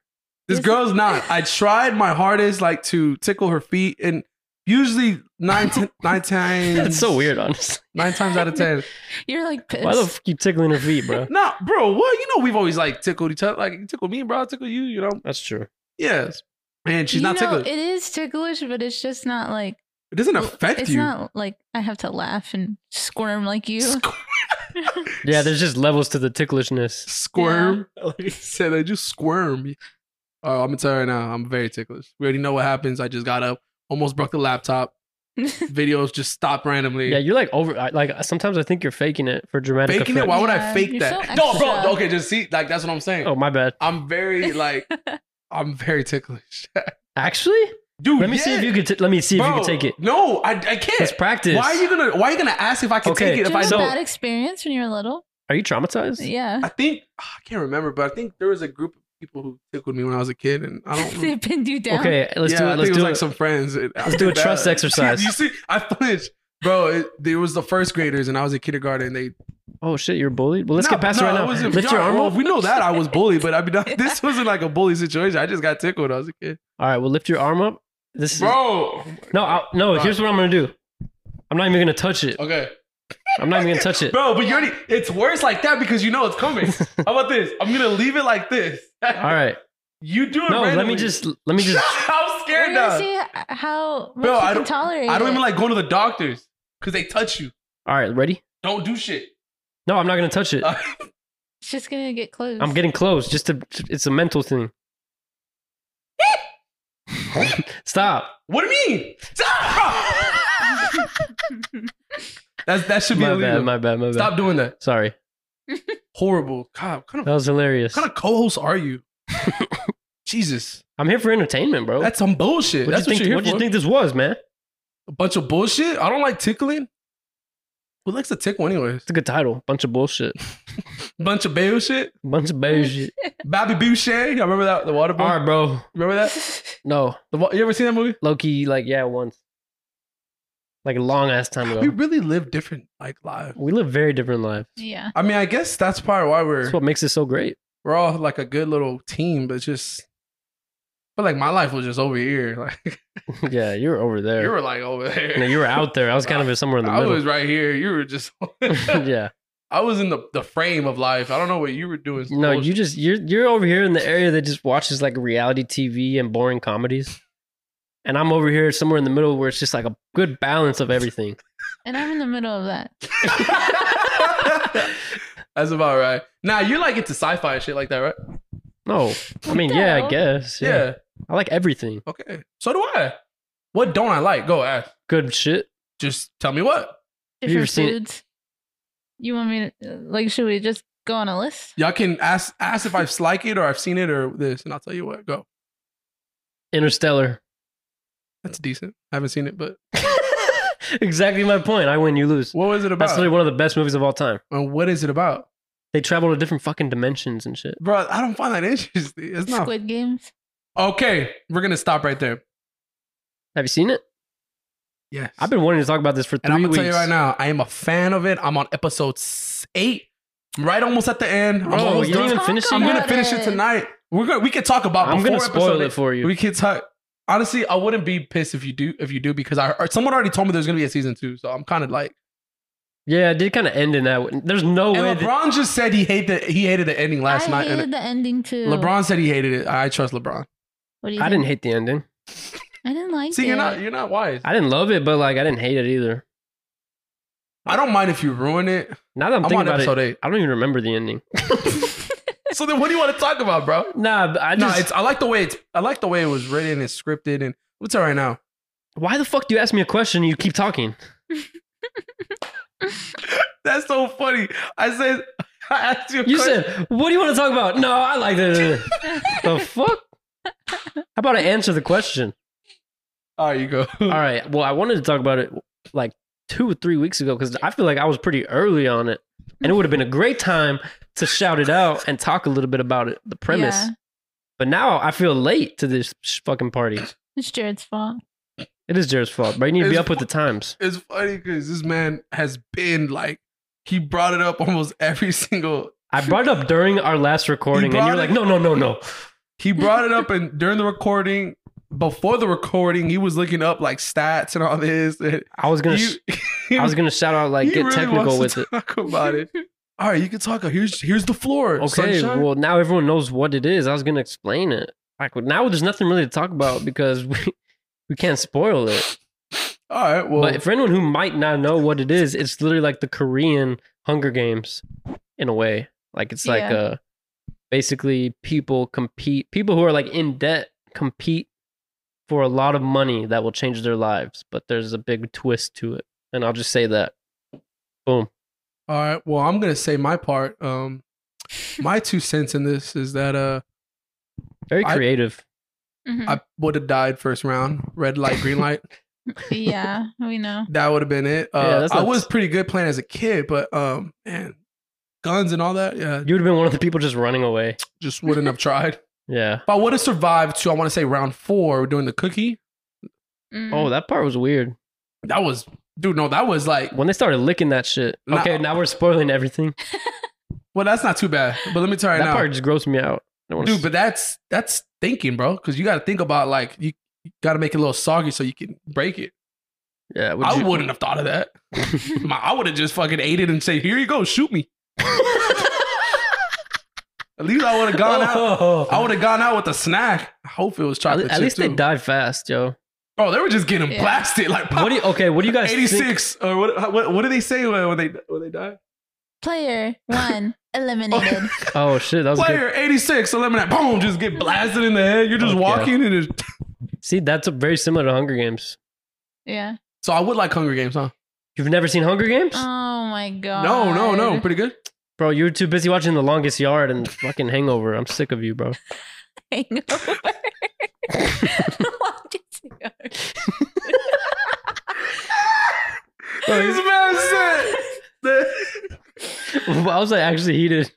S1: This
S3: Yes.
S1: girl's not. I tried my hardest, like to tickle her feet, and usually nine, ti- nine times.
S2: That's so weird, honestly.
S1: Nine times out of ten.
S3: You're like pissed.
S2: Why the f you tickling her feet, bro?
S1: nah, bro. What? You know, we've always like tickled each other. Like you tickle me, bro. I tickle you. You know.
S2: That's true.
S1: Yes. And she's
S3: You
S1: not
S3: know,
S1: ticklish. It,
S3: It is ticklish, but it's just not like
S1: doesn't affect
S3: it's
S1: you.
S3: not like I have to laugh and squirm like you.
S1: Squ-
S2: Yeah, there's just levels to the ticklishness.
S1: squirm. Like I said, I just squirm. Oh, I'm gonna tell you right now, I'm very ticklish. We already know what happens. I just got up, almost broke the laptop. Videos just stopped randomly.
S2: Yeah, you're like over. I- Like sometimes I think you're faking it for dramatic
S1: Faking it?
S2: effect.
S1: Why would I
S3: Yeah,
S1: fake
S3: you're
S1: that?
S3: so
S1: no, bro.
S3: extra.
S1: Okay, just see, like that's what I'm saying.
S2: Oh my bad.
S1: I'm very like, I'm very ticklish,
S2: Actually,
S1: dude.
S2: let me see
S1: yeah.
S2: if you could. T- let me see if you
S1: Bro,
S2: can take it.
S1: No, I, I
S2: Let's
S1: can't.
S2: practice.
S1: Why are you gonna Why are you gonna ask if I can
S2: Okay,
S1: take it
S3: Did
S1: if
S3: you
S1: I
S3: have a
S2: so-
S1: don't?
S3: bad experience when you were little?
S2: Are you traumatized?
S3: Yeah.
S1: I think ah, I can't remember, but I think there was a group of people who tickled me when I was a kid, and I don't.
S3: they pinned you down.
S2: Okay, let's
S1: yeah,
S2: do
S1: I
S2: it.
S1: think
S2: Let's
S1: it was
S2: do
S1: like
S2: it.
S1: some friends. Let's
S2: do a trust exercise.
S1: you see, I flinched, bro. It, it was the first graders, and I was a kindergarten. And they
S2: oh shit, you're bullied. Well, let's
S1: No,
S2: get past
S1: no,
S2: it
S1: it
S2: right now.
S1: wasn't-
S2: Lift your
S1: yeah,
S2: arm
S1: well,
S2: up.
S1: We know that I was bullied, but I mean, this wasn't like a bully situation. I just got tickled. when I was a kid,
S2: All right, well, lift your arm up. This is
S1: bro. oh
S2: no, I, no.
S1: Alright.
S2: Here's what I'm gonna do. I'm not even gonna touch it.
S1: Okay,
S2: I'm not even gonna touch it.
S1: bro, but you already. It's worse like that because you know it's coming. How about this? I'm gonna leave it like this.
S2: All right.
S1: You do it.
S2: No, let me
S1: randomly.
S2: just let me just.
S1: I'm
S3: We're
S1: scared
S3: gonna
S1: now.
S3: see uh, how much
S1: Bro,
S3: you
S1: I
S3: can
S1: don't-
S3: tolerate.
S1: I don't
S3: it.
S1: even like going to the doctors because they touch you.
S2: All right, ready?
S1: Don't do shit.
S2: No, I'm not gonna touch it.
S3: It's just gonna get close.
S2: I'm getting close. Just to, it's a mental thing. Stop.
S1: What do you mean? Stop! That's, that should be
S2: My
S1: illegal.
S2: bad. My bad. My bad.
S1: Stop doing that.
S2: Sorry.
S1: Horrible. God, what kind of
S2: That was hilarious.
S1: what kind of co-host are you? Jesus,
S2: I'm here for entertainment, bro.
S1: that's some bullshit.
S2: what
S1: that's
S2: do you
S1: what
S2: think?
S1: you're
S2: What do
S1: here
S2: you
S1: for.
S2: think this was, man?
S1: A bunch of bullshit. I don't like tickling. Who likes to tickle anyways?
S2: It's a good title. Bunch of bullshit.
S1: Bunch of bail shit.
S2: Bunch of bullshit.
S1: Bobby Boucher. I remember that. The water boy.
S2: All right, bro.
S1: Remember that?
S2: No,
S1: The, wa- you ever seen that movie?
S2: Loki. Like yeah, once. Like a long ass time
S1: We
S2: ago.
S1: really live different, like lives.
S2: We live very different lives.
S3: yeah.
S1: I mean, I guess that's probably why we're
S2: That's what makes it so great.
S1: we're all like a good little team, but just but like my life was just over here. Like
S2: yeah, you were over there.
S1: you were like over there.
S2: no, you were out there. I was kind of somewhere in the
S1: I
S2: middle.
S1: was right here. You were just
S2: yeah.
S1: I was in the, the frame of life. I don't know what you were doing.
S2: No,
S1: Bullshit.
S2: you just you're you're over here in the area that just watches like reality TV and boring comedies. And I'm over here somewhere in the middle where it's just like a good balance of everything.
S3: And I'm in the middle of that.
S1: That's about right. Now you're like into sci-fi and shit like that, right?
S2: No. I mean,
S3: the
S2: yeah, I
S3: hell?
S2: guess. Yeah. I like everything.
S1: Okay. So do I. What don't I like? Go ask.
S2: Good shit.
S1: Just tell me what.
S2: Have you ever
S3: Different
S2: seen-
S3: foods. You want me to like? Should we just go on a list?
S1: Y'all can ask ask if I've like it or I've seen it or this, and I'll tell you what. Go.
S2: Interstellar.
S1: That's decent. I haven't seen it, but
S2: exactly my point. I win, you lose.
S1: what was it
S2: That's
S1: about?
S2: literally one of the best movies of all time.
S1: And what is it about?
S2: They travel to different fucking dimensions and shit.
S1: Bro, I don't find that interesting. It's not.
S3: Squid Games.
S1: Okay, we're gonna stop right there.
S2: Have you seen it?
S1: Yes.
S2: I've been wanting to talk about this for three
S1: and I'm gonna
S2: weeks.
S1: tell you right now, I am a fan of it. I'm on episode s- eight, I'm right almost at the end. I'm
S2: Bro,
S1: almost
S2: you didn't
S1: done.
S2: even
S3: Talk
S2: finish it
S1: I'm
S2: yet?
S1: gonna
S3: about
S1: finish it tonight. We're gonna we can talk about.
S2: I'm gonna
S1: before
S2: spoil
S1: episode
S2: it for
S1: eight.
S2: you.
S1: We can talk. Honestly, I wouldn't be pissed if you do if you do because I or someone already told me there's gonna be a season two, so I'm kind of like.
S2: yeah, it did kind of end in that. way. There's no way.
S1: and
S2: That,
S1: LeBron just said he hate the he hated the ending last
S3: I
S1: night.
S3: hated
S1: And
S3: the ending too.
S1: LeBron said he hated it. I trust LeBron.
S3: What do you
S2: I
S3: think?
S2: didn't hate the ending.
S3: I didn't like
S1: See,
S3: it.
S1: you're not you're not wise. I,
S2: I didn't love it, but like I didn't hate it either.
S1: don't mind if you ruin it.
S2: Now that I'm,
S1: I'm,
S2: thinking
S1: on
S2: about
S1: episode
S2: it,
S1: eight.
S2: I don't even remember the ending.
S1: So then, what do you want to talk about, bro?
S2: Nah, but I
S1: no,
S2: just
S1: it's I like the way it's I like the way it was written and scripted and what's all right now.
S2: Why the fuck do you ask me a question? and You keep talking.
S1: That's so funny. I said, I asked you. A
S2: You
S1: question.
S2: said, "What do you want to talk about?" No, I like that. the fuck? How about I answer the question?
S1: "All right, you go."
S2: All right. Well, I wanted to talk about it like two or three weeks ago because I feel like I was pretty early on it, and it would have been a great time to shout it out and talk a little bit about it, the premise.
S3: Yeah.
S2: But now I feel late to this sh- fucking party.
S3: It's Jared's fault.
S2: It is Jared's fault, but you need to be
S1: It's-
S2: up with the times.
S1: It's funny because this man has been like he brought it up almost every single.
S2: I brought it up during our last recording, and
S1: brought
S2: you're like,
S1: it-
S2: "No, no, no, no."
S1: He brought it up and during the recording, before the recording, he was looking up like stats and all this. And
S2: I was gonna,
S1: you-
S2: sh- I was gonna shout out like
S1: he
S2: get
S1: really wants
S2: technical with
S1: to
S2: it.
S1: Talk about it. All right, you can talk. Here's here's the floor.
S2: Okay,
S1: sunshine.
S2: well now everyone knows what it is. I was gonna explain it. Like now, there's nothing really to talk about because we we can't spoil it.
S1: all right. Well,
S2: but for anyone who might not know what it is, it's literally like the Korean Hunger Games in a way. Like it's like
S3: Yeah.
S2: uh basically people compete people who are like in debt compete for a lot of money that will change their lives, but there's a big twist to it. And I'll just say that. Boom.
S1: All right. Well, I'm gonna say my part. Um, my two cents in this is that uh,
S2: Very
S1: I-
S2: creative.
S3: Mhm.
S2: Mm-hmm.
S1: I would have died first round. Red light, green light.
S3: yeah, we know.
S1: that would have been it. Uh,
S2: Yeah, that's
S1: I
S2: not-
S1: was pretty good playing as a kid, but um, man, guns and all that. Yeah,
S2: you would have been one of the people just running away.
S1: just wouldn't have tried. If
S2: Yeah.
S1: I would have survived to, I want to say round four, doing the cookie.
S3: Mm.
S2: Oh, that part was weird.
S1: That was, dude. No, that was like.
S2: When they started licking that shit.
S1: Nah.
S2: Okay, now we're spoiling everything.
S1: Well, that's not too bad. But let me tell you
S2: that
S1: right now,
S2: part just grossed me out. I don't wanna
S1: dude. But that's that's thinking, bro. Because you got to think about like you, you got to make it a little soggy so you can break it.
S2: Yeah, would
S1: I
S2: you-
S1: wouldn't have thought of that. My, I would have just fucking ate it and say, "Here you go, shoot me." At least I would have gone out.
S2: Oh.
S1: I would have gone out with a snack. I hope it was
S2: At,
S1: chocolate.
S2: at
S1: chip,
S2: least they
S1: too.
S2: died fast, yo.
S1: Oh, they were just getting
S3: Yeah.
S1: blasted like
S2: What do you, okay? What do you guys?
S1: eighty
S2: Think?
S1: six or what, what? What do they say when, when they when they die?
S3: Player one eliminated.
S2: Oh shit, that was good.
S1: Player eighty six, eliminate, boom, just get blasted in the head. You're just
S2: Okay.
S1: walking and it's
S2: See, that's a very similar to Hunger Games.
S3: yeah.
S1: so I would like Hunger Games, huh?
S2: You've never seen Hunger Games,
S3: Oh my god.
S1: No, no, no, pretty good.
S2: bro? You were too busy watching The Longest Yard and fucking Hangover. I'm sick of you, bro.
S3: Hangover. Long time ago.
S1: this man said that-
S2: Why was I actually heated?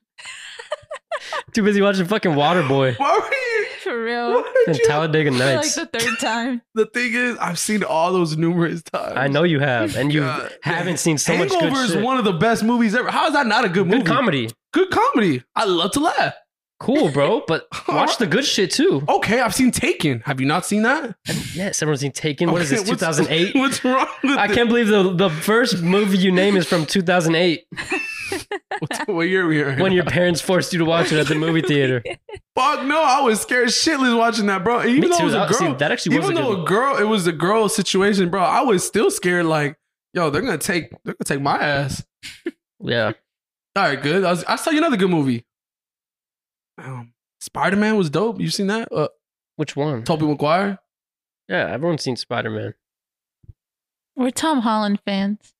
S2: too busy watching fucking Waterboy
S1: why were you?
S3: For real.
S1: Why did
S2: and
S1: you
S2: Talladega
S3: For like
S2: Nights.
S3: the third time.
S1: the thing is, I've seen all those numerous times.
S2: I know you have, and you
S1: God.
S2: haven't seen so much
S1: Hangover
S2: good
S1: is
S2: shit.
S1: one of the best movies ever. How is that not a good, movie?
S2: good comedy,
S1: Good comedy. I love to laugh.
S2: cool, bro. But watch the good shit too.
S1: Okay, I've seen Taken. Have you not seen that?
S2: Yes, everyone's seen Taken. What is
S1: Okay,
S2: this?
S1: what's-
S2: 2008.
S1: What's wrong with
S2: I
S1: this?
S2: can't believe the the first movie you name is from 2008
S1: What's- what year are we in?
S2: when your parents forced you to watch it at the movie theater.
S1: Fuck no, I was scared shitless watching that, bro. Even
S2: Me
S1: though
S2: too.
S1: it was a
S2: That-
S1: girl,
S2: see, that actually was
S1: even
S2: a good
S1: though
S2: one.
S1: a girl, it was a girl situation, bro. I was still scared. Like, yo, they're gonna take, they're gonna take my ass.
S2: Yeah.
S1: All right, good. I, was, I saw you another good movie. Um, Spider Man was dope. You seen that? Uh,
S2: Which one?
S1: Tobey Maguire.
S2: Yeah, everyone's seen Spider Man.
S3: We're Tom Holland fans.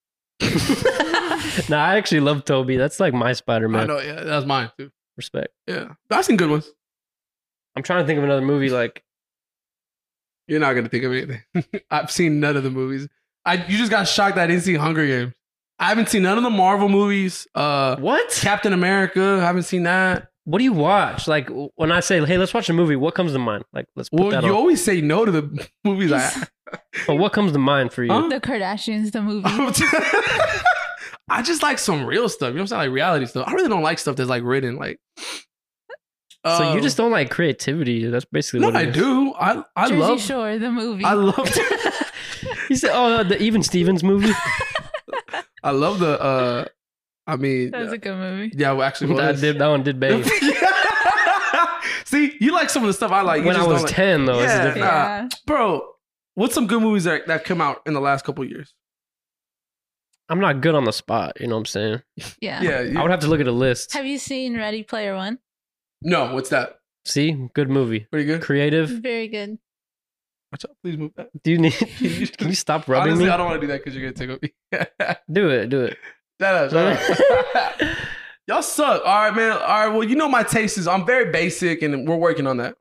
S2: No, I actually love Toby. That's like my Spider
S1: I
S2: Man.
S1: know, yeah, that was mine too.
S2: Respect.
S1: Yeah, I've seen good ones.
S2: I'm trying to think of another movie like
S1: You're not gonna think of anything. I've seen none of the movies. I you just got shocked that I didn't see Hunger Games. I haven't seen none of the Marvel movies. Uh,
S2: what?
S1: Captain America. Haven't seen that.
S2: What do you watch? Like when I say, "Hey, let's watch a movie," what comes to mind? Like let's put
S1: Well,
S2: that
S1: you
S2: on.
S1: always say no to the movies. I,
S2: But what comes to mind for you?
S1: Huh?
S3: The Kardashians, the movie.
S1: Oh, I just like some real stuff. You know what I'm saying? Like reality stuff. I really don't like stuff that's like written. Like,
S2: so
S1: Um,
S2: you just don't like creativity. That's basically
S1: no,
S2: what it
S1: I
S2: is.
S1: do. I I
S3: Jersey
S1: love.
S3: Shore, the movie.
S1: I love.
S2: You said, "Oh, the Even Stevens movie."
S1: I love the. uh I mean,
S3: that was a good movie.
S1: yeah. Well, actually, well,
S2: that, did, that one did bang.
S1: See, you like some of the stuff I like. You
S2: when I
S1: just
S2: was
S1: don't like-
S2: ten, though, it's
S1: Yeah.
S2: different.
S3: Yeah.
S1: bro. What's some good movies that that come out in the last couple years?
S2: I'm not good on the spot. You know what I'm saying?
S3: Yeah.
S1: Yeah. you-
S2: I would have to look at a list.
S3: Have you seen Ready Player One?
S1: no. What's that?
S2: See, good movie,
S1: Pretty good.
S2: creative.
S3: Very good.
S1: Watch out! Please move that.
S2: Do you need? Can you stop rubbing
S1: Honestly,
S2: me?
S1: I don't want to do that because you're gonna take up.
S2: Do it. Do it.
S1: Shut up! Shut up. Y'all suck. All right, man. All right. Well, you know my taste is I'm very basic, and we're working on that.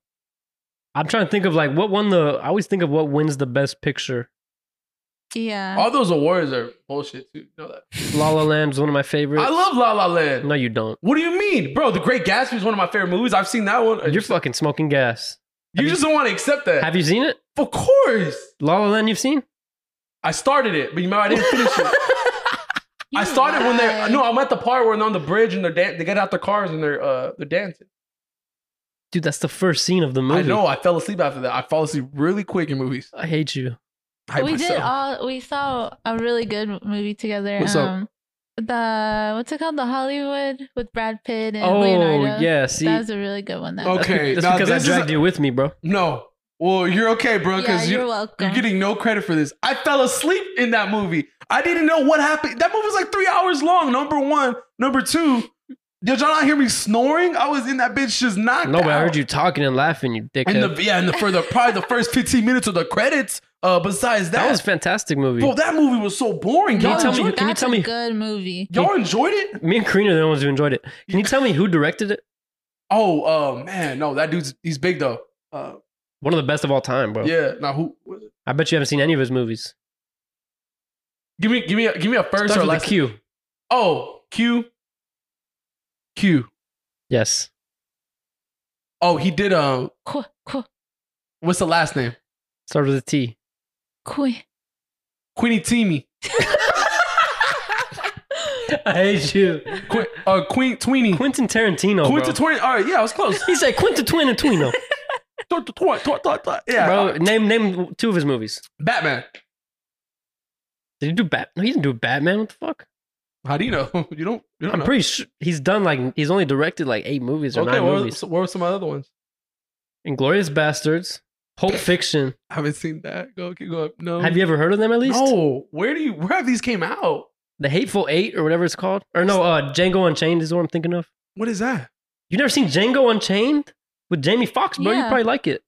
S2: I'm trying to think of like what won the. I always think of what wins the best picture.
S3: Yeah.
S1: All those awards are bullshit too. You know that.
S2: La La Land is one of my favorites.
S1: I love La La Land.
S2: No, you don't.
S1: What do you mean, bro? The Great Gatsby is one of my favorite movies. I've seen that one.
S2: You're fucking smoking gas.
S1: You just don't want to accept that.
S2: Have you seen it?
S1: of course.
S2: La La Land. You've seen?
S1: I started it, but you remember I didn't finish it. I
S3: You
S1: started when they're
S3: lied.
S1: no. I'm at the part where they're on the bridge and they're dan- they get out their cars and they're uh they're dancing.
S2: Dude, that's the first scene of the movie.
S1: I know. I fell asleep after that. I fall asleep really quick in movies.
S2: I hate you.
S1: I hate
S3: we did uh,
S1: myself.
S3: all we saw a really good movie together. um,
S1: What's up?
S3: The what's it called? The Hollywood with Brad Pitt and
S2: oh
S3: Leonardo.
S2: yeah. See.
S3: that was a really good one. That
S1: Okay,
S2: That's be- That's
S1: now
S2: because I
S1: this is a-
S2: dragged you with me, bro.
S1: No. Well, you're okay, bro,
S3: yeah,
S1: because
S3: you're
S1: you,
S3: welcome.
S1: you're getting no credit for this. I fell asleep in that movie. I didn't know what happened. That movie was like three hours long, number one. Number two, did y'all not hear me snoring? I was in that bitch just knocked
S2: No,
S1: out.
S2: but I heard you talking and laughing. You dickhead.
S1: In the, yeah, in the, for the, probably the first 15 minutes of the credits. Uh, besides that,
S2: that was a fantastic movie.
S1: bro, that movie was so boring.
S2: Can you
S1: Y'all,
S2: tell me-
S1: enjoyed,
S2: can you
S3: that's
S2: tell
S3: a
S2: me-
S3: Good movie.
S1: y'all enjoyed it?
S2: me and Karina are the only ones who enjoyed it. Can you tell me who directed it?
S1: Oh, uh, man, no, that dude's, he's big though. Uh,
S2: One of the best of all time, bro.
S1: yeah, now who, was it?
S2: I bet you haven't seen any of his movies.
S1: give me, give me, a, give me a first
S2: Starts
S1: or
S2: with a
S1: last.
S2: Q.
S1: Oh, Q. Q.
S2: Yes.
S1: Oh, he did. Um,
S3: Qu- qu-
S1: what's the last name?
S2: Starts with a T.
S3: qu-
S1: Queenie Teamy.
S2: I hate you.
S1: Qu- uh, Queen Tweeny.
S2: Quentin Tarantino.
S1: Quinta
S2: Quentin bro.
S1: Twin. All right, yeah, I was close.
S2: he said Quentin Tarantino.
S1: Tw- tw- tw- tw- tw- tw- yeah, uh,
S2: Bro, name name two of his movies.
S1: Batman.
S2: Did he do Bat? No, he didn't do Batman. What the fuck?
S1: How do you know? You don't. You don't
S2: I'm
S1: know.
S2: pretty sure he's done like he's only directed like eight movies or
S1: okay.
S2: nine
S1: What were,
S2: movies.
S1: so what were some other ones?
S2: Inglorious Bastards, Pulp Fiction.
S1: I haven't seen that. Go keep going. No.
S2: Have you ever heard of them at least?
S1: Um, No. Where do you? Where have these came out?
S2: The Hateful Eight or whatever it's called. Or no, uh, Django Unchained is what I'm thinking of.
S1: What is that?
S2: You never seen Django Unchained with Jamie Foxx, bro? You
S3: Yeah.
S2: probably like it.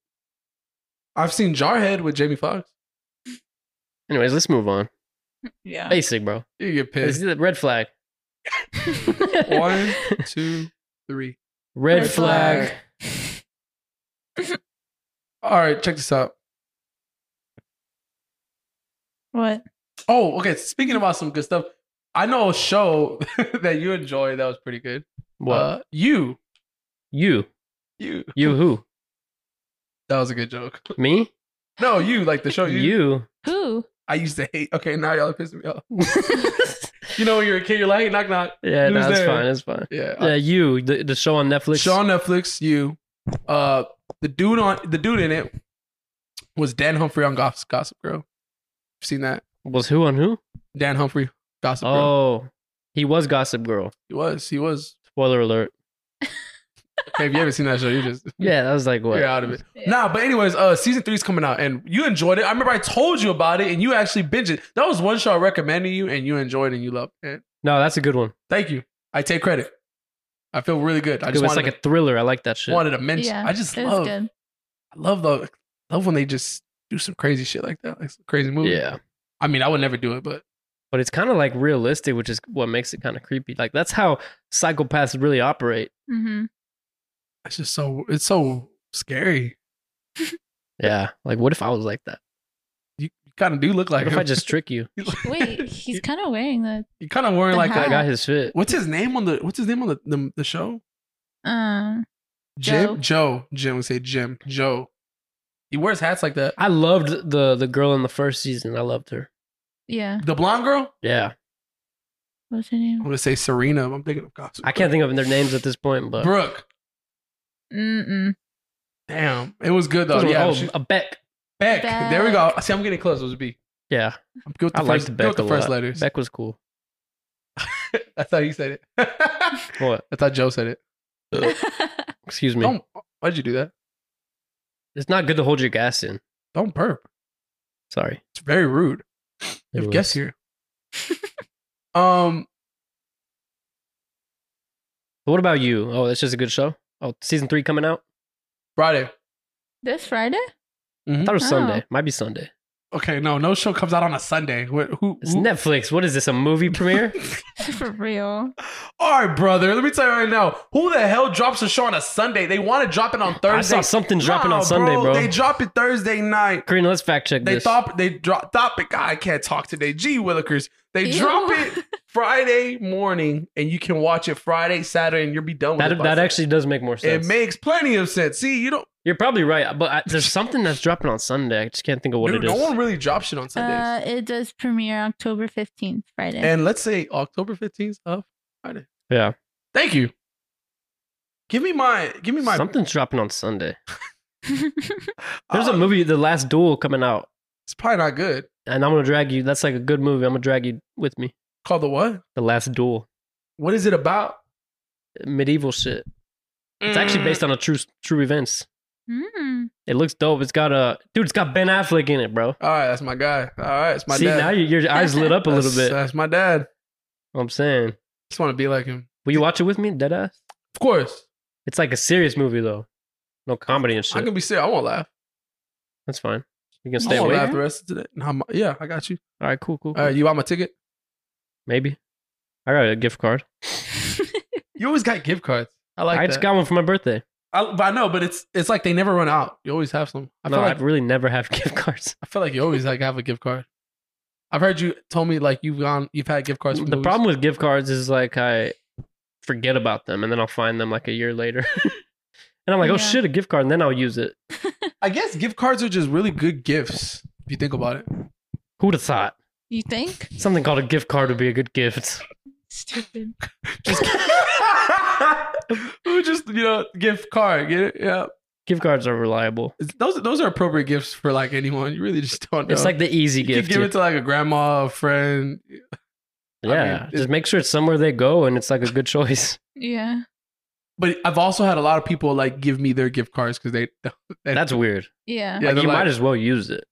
S1: I've seen Jarhead with Jamie Foxx.
S2: Anyways, let's move on.
S1: Uh,
S3: yeah.
S2: Basic, bro.
S1: You get
S2: This
S1: pissed.
S2: is a red flag.
S1: One, two, three.
S2: Red
S3: Red
S2: flag.
S3: flag.
S1: All right, check this out.
S3: What?
S1: Oh, okay. Speaking about some good stuff, I know a show that you enjoy that was pretty good.
S2: What?
S1: Uh, you,
S2: you.
S1: you.
S2: You who?
S1: That was a good joke.
S2: Me?
S1: No, you like the show. Oh, You.
S2: You.
S3: Who?
S1: I used to hate. Okay, now y'all are pissing me off. You know, when you're a kid, you're like, hey, knock knock.
S2: yeah,
S1: Who's
S2: no, it's
S1: there? Uh,
S2: fine. It's fine.
S1: Yeah.
S2: Yeah, you. The, the show on Netflix.
S1: Show on Netflix. You. Uh, the dude on the dude in it was Dan Humphrey on Gossip, Gossip Girl. You've seen that?
S2: was who on who?
S1: Dan Humphrey, Gossip Girl.
S2: Oh, he was Gossip Girl.
S1: He was. He was.
S2: Spoiler alert.
S1: Okay, if you haven't seen that show, you just
S2: Yeah, that was like what?
S1: you're out of it. Nah, but anyways, uh, season three is coming out, and you enjoyed it. I remember I told you about it, and you actually binged it. That was one show I recommended you, and you enjoyed and you loved it.
S2: No, that's a good one.
S1: Thank you. I take credit. I feel really good. I
S2: Good
S1: just
S2: one. It's
S1: wanted,
S2: like a thriller. I like that
S1: to,
S2: shit.
S1: wanted to mention.
S3: Yeah,
S1: I just
S3: it was
S1: love,
S3: good.
S1: I love the love when they just do some crazy shit like that, like some crazy movie.
S2: Yeah,
S1: I mean, I would never do it, but
S2: but it's kind of like realistic, which is what makes it kind of creepy. Like that's how psychopaths really operate.
S3: Mm-hmm.
S1: it's just so it's so scary.
S2: Yeah. Like, what if I was like that?
S1: You, you kind of do look like
S2: What if
S1: him.
S2: I just trick you?
S3: Wait, he's kind of wearing the
S1: you kind of wearing
S3: The
S1: like
S2: I
S1: a,
S3: hat.
S2: got his fit.
S1: what's his name on the what's his name on the the, the show?
S3: um.
S1: Jim Joe Jim we say Jim Joe. He wears hats like that.
S2: I loved the the girl in the first season. I loved her.
S3: Yeah.
S1: The blonde girl?
S2: Yeah.
S3: What's her
S1: I'm
S3: name?
S1: gonna say Serena. but I'm thinking of Gossip.
S2: I can't think of their names at this point, but
S1: Brooke.
S3: Mm-mm.
S1: Damn, it was good though.
S2: Those were-
S1: Yeah,
S2: oh,
S1: she-
S2: a Beck.
S1: Beck.
S3: Beck.
S1: There we go. See, I'm getting close. It was B.
S2: Yeah,
S1: I'm good with the
S2: I
S1: first,
S2: liked
S1: good
S2: Beck
S1: with
S2: a
S1: the first
S2: lot.
S1: letters.
S2: Beck was cool.
S1: That's how you said it. I
S2: What?
S1: thought Joe said it.
S2: Excuse me.
S1: Don't. uh, Why'd you do that?
S2: It's not good to hold your gas in.
S1: Don't burp.
S2: Sorry.
S1: It's very rude. You have
S2: Anyways.
S1: guests here. um.
S2: But what about you? Oh, that's just a good show. Oh, season three coming out.
S1: Friday.
S3: this Friday?
S2: I thought it was
S3: Oh.
S2: Sunday. Might be Sunday.
S1: Okay, no, no show comes out on a Sunday. Wh- Who?
S2: It's
S1: who-
S2: Netflix. What is this? A movie premiere?
S3: For real.
S1: All right, brother. Let me tell you right now. Who the hell drops a show on a Sunday? They want to drop it on Thursday.
S2: I saw something dropping
S1: Nah,
S2: on Sunday, bro.
S1: They drop it Thursday night.
S2: Karina, let's fact check
S1: They
S2: this.
S1: thought they drop topic. I can't talk today. Gee Willikers. They
S3: Ew.
S1: drop it Friday morning, and you can watch it Friday, Saturday, and you'll be done with
S2: that
S1: it. by
S2: that
S1: Sunday.
S2: actually does make more sense.
S1: it makes plenty of sense. See, you don't.
S2: You're probably right, but I, there's something that's dropping on Sunday. I just can't think of what
S1: dude,
S2: it
S1: no
S2: is.
S1: one really drops shit on Sundays.
S3: Uh, it does premiere October 15th, Friday.
S1: and let's say October fifteenth of Friday.
S2: Yeah.
S1: Thank you. Give me my. Give me my. uh,
S2: Something's dropping on Sunday. There's a movie, The Last Duel, coming out,
S1: It's probably not good.
S2: and I'm gonna drag you. That's like a good movie. I'm gonna drag you with me.
S1: Called the what?
S2: The Last Duel,
S1: What is it about?
S2: medieval shit. It's actually based on a true true events.
S3: Mm.
S2: It looks dope. It's got a dude. It's got Ben Affleck in it, bro.
S1: Mm. All right, that's my guy. All right, it's my
S2: See
S1: dad.
S2: now your, your eyes lit up a little
S1: That's-
S2: bit.
S1: That's my dad.
S2: I'm saying,
S1: Just want to be like him.
S2: will you watch it with me, dead ass?
S1: Of course,
S2: It's like a serious movie though, no comedy and
S1: I
S2: shit.
S1: can be serious. I won't laugh.
S2: That's fine. You can
S3: I
S2: stay
S1: I won't
S2: awake.
S3: awake.
S1: laugh the rest of today. Nah, I'm- yeah, I got you.
S2: All right, cool, cool. cool.
S1: All right, you buy my ticket.
S2: Maybe. I got a gift card.
S1: You always got gift cards. I like
S2: I
S1: that.
S2: just got one for my birthday.
S1: I, but I know, but it's it's like they never run out. You always have some. I
S2: no,
S1: feel like
S2: I really never have gift cards.
S1: I feel like you always like have a gift card. I've heard you told me like you've gone, you've had gift cards.
S2: The
S1: From movies.
S2: problem with gift cards is like I forget about them and then I'll find them like a year later. and I'm like, oh
S3: Yeah.
S2: shit, a gift card, and then I'll use it.
S1: I guess gift cards are just really good gifts if you think about it.
S2: Who'd have thought?
S3: You think?
S2: Something called a gift card would be a good gift.
S3: Stupid.
S1: Who just you know gift card? Get it? Yeah,
S2: Gift cards are reliable.
S1: It's- those those are appropriate gifts for like anyone. You really just don't. Know.
S2: It's like the easy
S1: you
S2: gift.
S1: could give it to like a grandma, a friend. I mean,
S2: yeah.
S1: it-
S2: just make sure it's somewhere they go and it's like a good choice.
S3: Yeah.
S1: But I've also had a lot of people like give me their gift cards because they they-
S2: That's weird.
S3: Yeah.
S1: Yeah.
S2: like
S1: they're
S2: you
S1: like-
S2: might as well use it.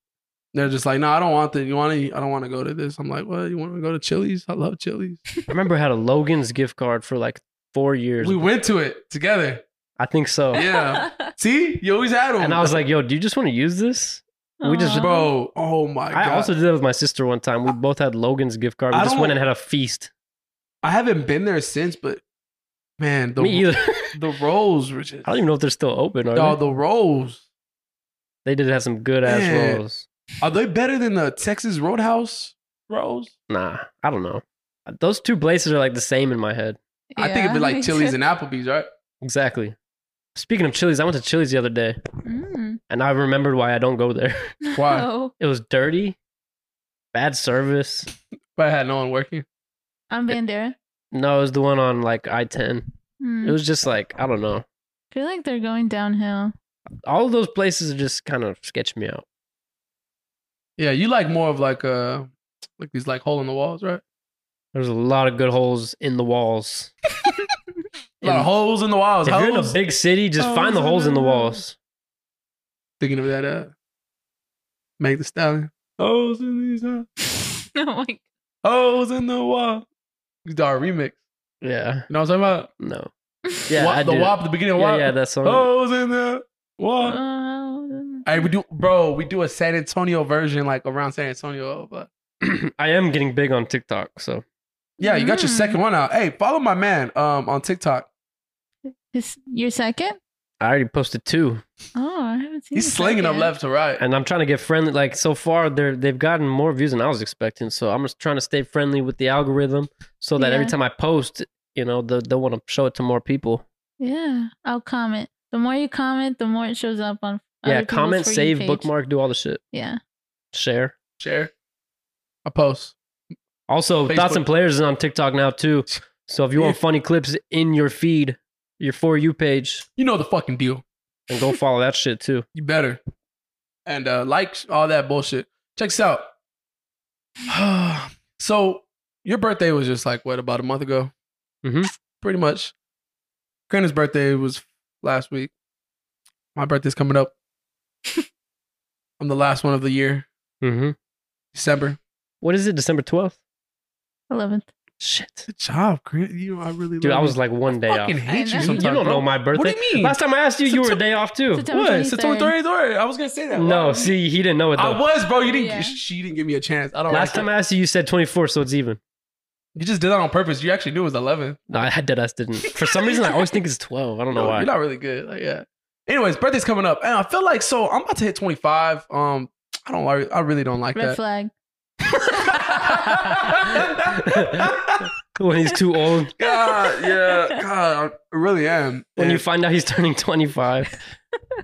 S1: they're just like, no, I don't want that. You want to? I don't want to go to this. I'm like, well, you want to go to Chili's? I love Chili's.
S2: I remember I had a Logan's gift card for like four years.
S1: We went to it together.
S2: I think so.
S1: Yeah. See, you always had them.
S2: And I was like, yo, do you just want to use this? We just-
S3: Aw.
S1: bro, oh my
S2: I
S1: god.
S2: also did that with my sister one time. We both had Logan's gift card. We
S1: I
S2: just
S1: don't-
S2: went and had a feast.
S1: I haven't been there since, but man, the
S2: Me either.
S1: the rolls were just
S2: I don't even know if they're still open. Are
S1: Dog,
S2: they?
S1: the rolls.
S2: They did have some good ass
S1: Man.
S2: rolls.
S1: Are they better than the Texas Roadhouse rolls?
S2: Nah, I don't know. Those two places are like the same in my head.
S1: I think it'd be
S3: Yeah,
S1: like
S3: me
S1: Chili's
S3: too.
S1: and Applebee's, right?
S2: Exactly. Speaking of Chili's, I went to Chili's the other day,
S3: Mm.
S2: and I remembered why I don't go there.
S1: Why?
S3: No.
S2: It was dirty, bad service.
S1: But I had no one working.
S3: I'm Bandera.
S2: No, it was the one on like I ten.
S3: Mm.
S2: It was just like I don't know.
S3: I feel like they're going downhill.
S2: All of those places are just kind of sketch me out.
S1: Yeah, you like more of like uh like these like hole in the walls, right?
S2: There's a lot of good holes in the walls.
S1: A lot
S2: In-
S1: of holes in the walls.
S2: If you're in a
S1: holes.
S2: big city, just
S1: Holes
S2: find the
S1: in
S2: holes in the
S1: the
S2: walls.
S1: Thinking of that uh make the stallion. Holes in these uh,
S3: oh my.
S1: holes in the wall. It's our remix.
S2: Yeah.
S1: You know what I'm talking about?
S2: No. Yeah,
S1: Wap-
S2: I
S1: the
S2: did.
S1: WAP, the beginning of
S2: Yeah,
S1: WAP.
S2: yeah, Uh-huh. that song.
S1: Holes in the wall.
S3: Oh.
S1: Hey, we do, bro. We do a San Antonio version, like around San Antonio. But
S2: I am getting big on TikTok, so
S1: yeah, you got your
S2: Mm-hmm.
S3: Mm.
S1: second one out. Hey, follow my man um on TikTok.
S3: His, your second?
S2: I already posted two,
S3: Oh, I haven't seen.
S1: He's
S3: the
S1: slinging them
S3: second.
S1: left to right.
S2: and I'm trying to get friendly. Like so far, they're they've gotten more views than I was expecting. So I'm just trying to stay friendly with the algorithm, so that every
S3: Yeah.
S2: time I post, you know, they'll, they'll want to show it to more people.
S3: Yeah, I'll comment. The more you comment, the more it shows up on.
S2: yeah,
S3: other people's
S2: comment,
S3: For You
S2: save,
S3: page.
S2: bookmark, do all the shit,
S3: Yeah.
S2: share.
S1: Share. I post.
S2: Also,
S1: Facebook.
S2: thoughts and players is on TikTok now too. So if you want
S1: Yeah.
S2: funny clips in your feed, your for you page,
S1: You know the fucking deal.
S2: and go follow that shit too.
S1: You better. And uh likes all that bullshit. Check this out. so your birthday was just like what about a month ago?
S2: Mhm.
S1: Pretty much. Granda's birthday was last week. My birthday's coming up. I'm the last one of the year,
S2: Mm-hmm.
S1: December.
S2: What is it? December twelfth.
S3: Eleventh.
S2: Shit.
S1: Good job, Chris. You, I really.
S2: Dude,
S1: love
S2: I was
S1: you.
S2: like one day
S1: I
S2: off.
S1: fucking hate
S3: I
S1: you
S3: know.
S2: You-
S1: sometimes.
S2: you don't
S1: bro.
S2: know my birthday.
S1: What do you mean?
S2: Last time I asked you, you were a
S1: Septem-
S2: day off too.
S3: September
S1: what?
S3: 23rd.
S1: September 23rd. I was gonna say that.
S2: No,
S1: Wow.
S2: see, he didn't know it
S1: I
S2: though.
S1: was, bro. You didn't.
S3: Yeah.
S1: She didn't give me a chance. I don't.
S2: Last
S1: like it.
S2: time I asked you, you said 24, so it's even.
S1: you just did that on purpose. You actually knew it was 11.
S2: No, I had dead ass didn't. For some reason, I always think it's 12. I don't know
S1: No,
S2: why.
S1: You're not really good. Like, yeah. Anyways, birthday's coming up, and I feel like so I'm about to hit 25. Um, I don't. I really don't like
S3: Red
S1: that.
S3: flag.
S2: when he's too old,
S1: God, yeah, God, I really am.
S2: when you
S1: And
S2: find out he's turning 25,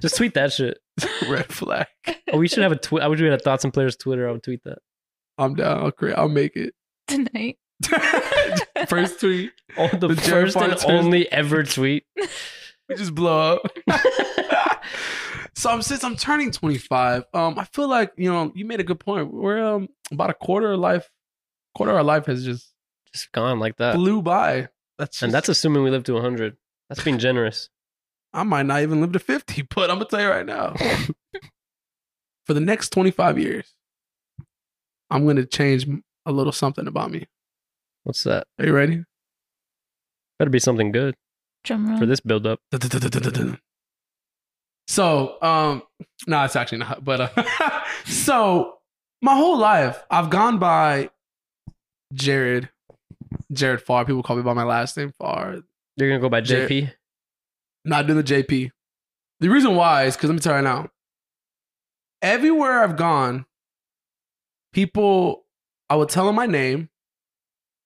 S2: just tweet that shit.
S1: red flag,
S2: Oh, we should have a tweet. I wish we had a thoughts and players Twitter. I would tweet that.
S1: I'm down. I'll create. I'll make it.
S3: Tonight.
S1: First tweet,
S2: Oh, the,
S1: The Jared
S2: first and
S1: Fox Twitter.
S2: only ever tweet.
S1: we just blow up. so I'm, since I'm turning 25, um, I feel like you know you made a good point. We're um about a quarter of life, quarter of our life has just
S2: Just gone like that.
S1: flew by. That's
S2: Uh,
S1: just-
S2: And that's assuming we live to 100. That's being generous.
S1: I might not even live to 50, but I'm gonna tell you right now. For the next 25 years, I'm gonna change a little something about me.
S2: What's that?
S1: Are you ready?
S2: Better be something good
S3: Drum roll.
S2: for this build up.
S1: Dun-dun-dun-dun-dun-dun. So, um, no, it's actually not, but uh, so my whole life I've gone by Jared, Jared Farr. People call me by my last name, Farr.
S2: You're going to go by
S1: Jer-
S2: JP?
S1: not doing the JP. The reason why is because let me tell you right now. Everywhere I've gone, people, I would tell them my name,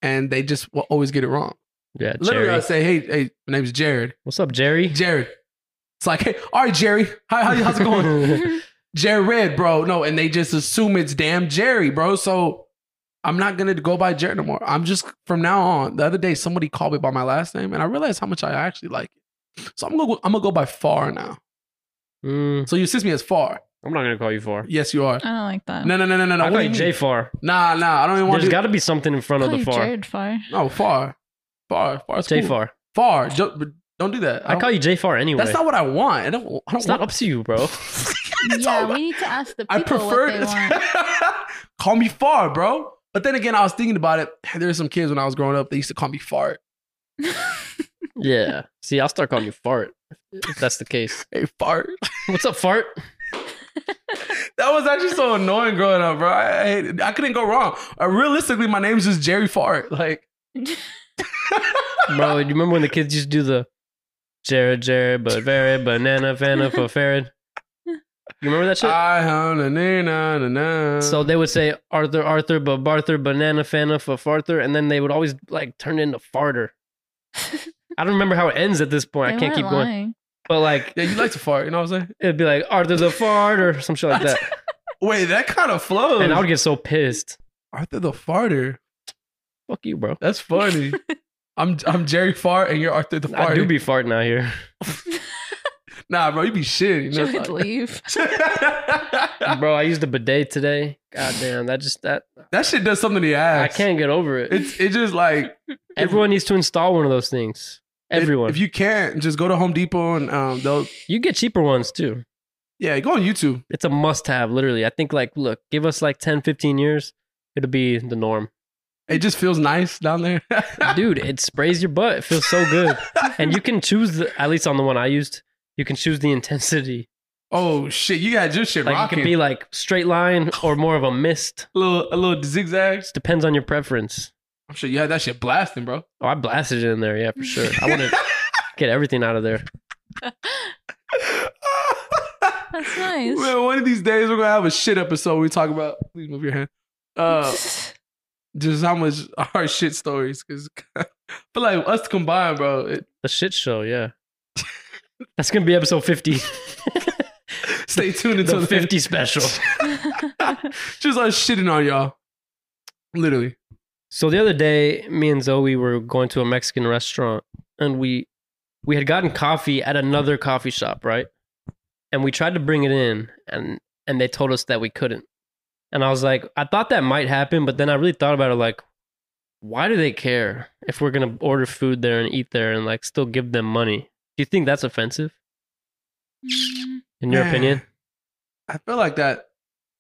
S1: and they just will always get it wrong.
S2: Yeah,
S1: Literally, I
S2: Jerry.
S1: would say, "Hey, hey, my name's Jared.
S2: What's up, Jerry?
S1: Jared." It's like, "Hey, all right, Jerry, how, how how's it going?" Jared, bro. No, and they just assume it's damn Jerry, bro. So I'm not gonna go by Jared no more. I'm just from now on. The other day, somebody called me by my last name, and I realized how much I actually like it. So I'm gonna go, I'm gonna go by Far now.
S2: Mm,
S1: So you assist me as Far.
S2: I'm not going to call you far.
S1: Yes, you are.
S3: I don't like that.
S1: No, no, no, no, no, no.
S2: I
S1: What
S2: call
S1: do
S2: you
S1: you
S2: J
S1: mean?
S2: far.
S1: Nah, nah. I don't even want to.
S2: There's got to be something in front of
S3: Call
S2: the
S3: you
S2: far.
S3: Jared Far.
S1: No, Far, Far, Far.
S2: J
S1: J Far.
S2: far.
S1: Far. Jo- but Don't do that.
S2: I call you J far anyway.
S1: Oh. That's not what I want. I don't. I don't
S2: it's not
S1: want.
S2: up to you, bro.
S1: It's
S3: yeah,
S1: all-
S3: we need to ask the people
S1: I prefer
S3: what they want.
S1: call me Far, bro. But then again, I was thinking about it. There were some kids when I was growing up. They used to call me Fart.
S2: yeah. See, I'll start calling you fart if that's the case.
S1: Hey, Fart.
S2: What's up, fart?
S1: That was actually so annoying growing up, bro. I, I hated it. I couldn't go wrong. Uh, realistically, my name's just Jerry Fart. Like,
S2: Bro, you remember when the kids used to do the Jared, Jared, but very banana, fana, for Farid? You remember that shit?
S1: I na na na na.
S2: so they would say Arthur, Arthur, but Barther, banana, fana, for Farther, and then they would always like turn it into farter. I don't remember how it ends at this point. I can't keep going. But like,
S1: yeah, you like to fart. You know what I'm saying?
S2: it'd be like Arthur the fart or some shit like that.
S1: Wait, that kind of flows.
S2: And I would get so pissed.
S1: Arthur the Farter.
S2: Fuck you, bro.
S1: That's funny. I'm I'm Jerry Fart, and you're Arthur the Fart.
S2: I do be farting out here.
S1: nah, bro, you be shitty.
S3: Should we leave?
S2: Bro, I used a bidet today. God damn, that just that
S1: that shit does something to your
S2: I
S1: ass.
S2: can't get over it.
S1: It's it's just like
S2: Everyone needs to install one of those things.
S1: if-
S2: Everyone.
S1: If,
S2: you,
S1: you can't, just go to Home Depot and um, they'll
S2: get cheaper ones too.
S1: yeah, go on YouTube.
S2: It's a must have, literally. I think like look, give us like 10, 15 years, it'll be the norm.
S1: It just feels nice down there.
S2: Dude, it sprays your butt. It feels so good. And you can choose the at least on the one I used, you can choose the intensity.
S1: oh shit, you got your shit
S2: Like
S1: rocking.
S2: it could be like straight line or more of a mist.
S1: a little a little zigzag.
S2: Just depends on your preference.
S1: I'm sure you had that shit blasting, bro.
S2: Oh, I blasted it in there, yeah, for sure. I want to get everything out of there.
S3: That's nice.
S1: Man, one of these days we're gonna have a shit episode. Where we talk about. Please move your hand. Uh, just how much our shit stories, because but like us combined, bro. It,
S2: The shit show, yeah. That's gonna be episode fifty.
S1: stay tuned until
S2: the
S1: the
S2: fifty special.
S1: Just us shitting on y'all. Literally,
S2: So the other day, me and Zoe were going to a Mexican restaurant, and we we had gotten coffee at another coffee shop, right? And we tried to bring it in, and and they told us that we couldn't. And I was like, I thought that might happen, but then I really thought about it, like, why do they care if we're gonna order food there and eat there and like still give them money? Do you think that's offensive? In your
S1: Man,
S2: opinion,
S1: I feel like that.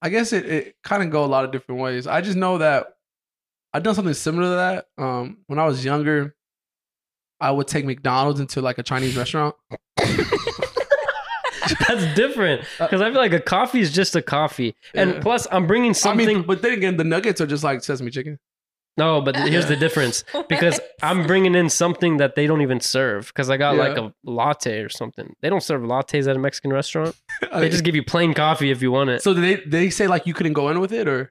S1: I guess it it kind of go a lot of different ways. I just know that I've done something similar to that. Um, when I was younger, I would take McDonald's into like a Chinese restaurant.
S2: That's different because I feel like a coffee is just a coffee, and
S1: Uh, Yeah.
S2: plus I'm bringing something.
S1: I mean, but then again, the nuggets are just like sesame chicken.
S2: no, but here's the difference because I'm bringing in something that they don't even serve because I got like a latte or something. They don't serve lattes at a Mexican restaurant. They just give you plain coffee if you want it.
S1: so did they they say like you couldn't go in with it or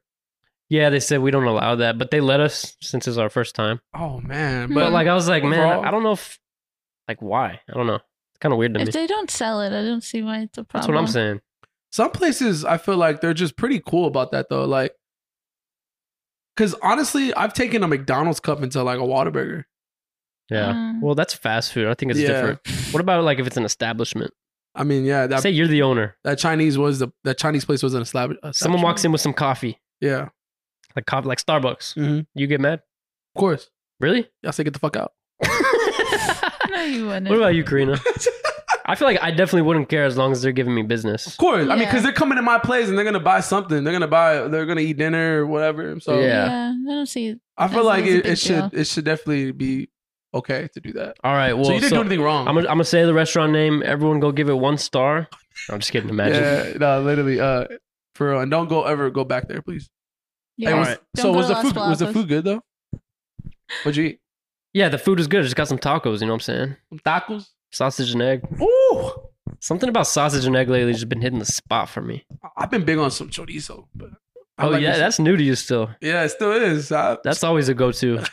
S2: yeah, they said we don't allow that, but they let us since it's our first time.
S1: oh man,
S2: But
S1: but
S3: Hmm.
S2: like I was like, man,
S1: Overall-
S2: I don't know if like why. I don't know. It's kind of weird to me.
S3: If they don't sell it, I don't see why it's a problem.
S2: That's what I'm saying.
S1: some places I feel like they're just pretty cool about that though. Like, because honestly, I've taken a McDonald's cup into like a Whataburger.
S2: Yeah.
S3: Mm.
S2: Well, that's fast food. I think it's
S1: Yeah.
S2: different. What about like if it's an establishment?
S1: I mean, yeah, that
S2: Say you're the owner.
S1: that Chinese was the that Chinese place was an slab.
S2: Someone walks in with some coffee,
S1: Yeah, of
S2: like coffee, like Starbucks.
S1: Mhm.
S2: You get mad?
S1: course.
S2: Really?
S1: Y'all say get the fuck out.
S2: what
S3: No, you wouldn't.
S2: about you, Karina? I feel like I definitely wouldn't care as long as they're giving me business.
S1: Of course. I mean,
S3: Yeah.
S1: because they're coming to my place and they're gonna buy something. They're gonna buy. They're gonna eat dinner or whatever. So
S2: Yeah.
S3: yeah. I don't see it.
S1: I feel
S3: That's
S1: like
S3: always a
S1: it,
S3: big
S1: it should
S3: deal.
S1: it should definitely be okay to do that.
S2: All right. Well,
S1: so you didn't
S2: so
S1: do anything wrong.
S2: I'm gonna, I'm gonna say the restaurant name. Everyone go give it one star. No, I'm just kidding. Imagine.
S1: yeah, no, literally. Uh, for real, and don't go ever go back there, please.
S3: Yeah.
S1: Hey, was-
S2: Alright.
S1: So
S3: Don't go
S1: was
S3: to
S1: the
S3: Las
S1: food was the
S3: Palapas.
S1: food good though? What'd you eat?
S2: Yeah, the food is good. I just got some tacos. You know what I'm saying?
S1: Some tacos.
S2: Sausage and egg.
S1: Ooh,
S2: Something about sausage and egg lately has just been hitting the spot for me.
S1: I- I've been big on some chorizo, but I
S2: Oh
S1: like
S2: yeah,
S1: this-
S2: that's new to you still.
S1: yeah, it still is. I,
S2: That's always a go-to.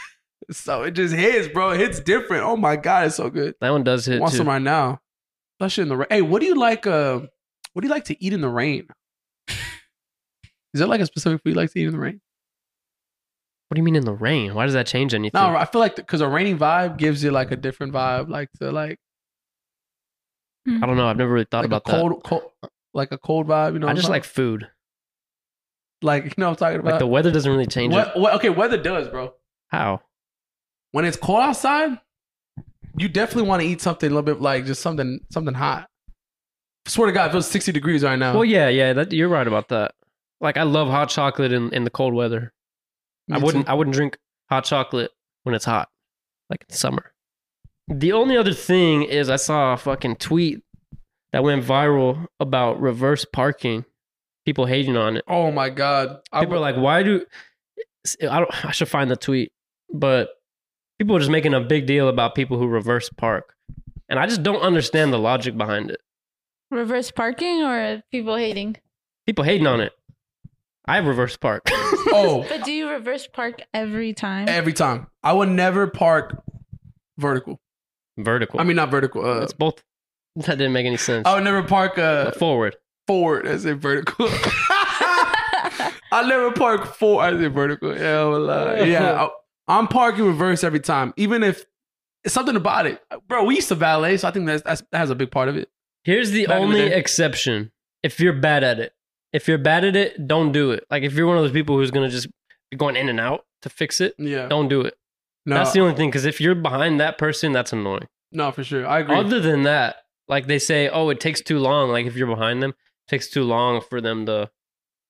S1: so it just hits, bro. It hits different. Oh my god, it's so good.
S2: That one does hit
S1: want
S2: too.
S1: some right now. That shit in the rain. Hey, what do you like? Uh, what do you like to eat in the rain? Is there like a specific food you like to eat in the rain?
S2: What do you mean in the rain? Why does that change anything?
S1: No, I feel like because a rainy vibe gives you like a different vibe, like to like,
S3: Hmm.
S2: I don't know. I've never really thought
S1: like a
S2: about
S1: cold, cold, like a cold vibe. You know,
S2: that.
S1: what
S2: I
S1: I'm
S2: just
S1: talking-
S2: like food.
S1: like you know what I'm talking
S2: Like
S1: about.
S2: the weather doesn't really change it.
S1: what, what, okay, weather does, bro.
S2: How?
S1: When it's cold outside, you definitely want to eat something a little bit like just something something hot. Swear to God, if it was 60 degrees right now.
S2: Well, yeah, yeah. That, you're right about that. Like I love hot chocolate in, in the cold weather.
S1: me
S2: I
S1: too.
S2: wouldn't. I wouldn't drink hot chocolate when it's hot, like in summer. The only other thing is I saw a fucking tweet that went viral about reverse parking. People hating on it.
S1: Oh my God, I
S2: People are
S1: would-
S2: like, "Why do?" I don't. I should find the tweet, but people are just making a big deal about people who reverse park, and I just don't understand the logic behind it.
S3: Reverse parking or people hating?
S2: People hating on it. I reverse park.
S1: oh,
S3: But do you reverse park every time?
S1: Every time. I would never park vertical.
S2: Vertical.
S1: I mean, not vertical. Uh,
S2: it's both. That didn't make any sense.
S1: I would never park uh,
S2: forward.
S1: forward as in vertical. I never park forward as in vertical. Yeah, I'm lying. yeah. I, am parking reverse every time, even if it's something about it, bro. We used to valet, so I think that's, that's that has a big part of it.
S2: Here's the
S1: Back in the
S2: only
S1: day.
S2: exception. If you're bad at it, if you're bad at it, don't do it. Like if you're one of those people who's gonna just be going in and out to fix it,
S1: Yeah,
S2: don't do it.
S1: no,
S2: That's the only thing. Because if you're behind that person, that's annoying.
S1: no, for sure. I agree.
S2: Other than that, like they say, oh, it takes too long. Like if you're behind them, it takes too long for them to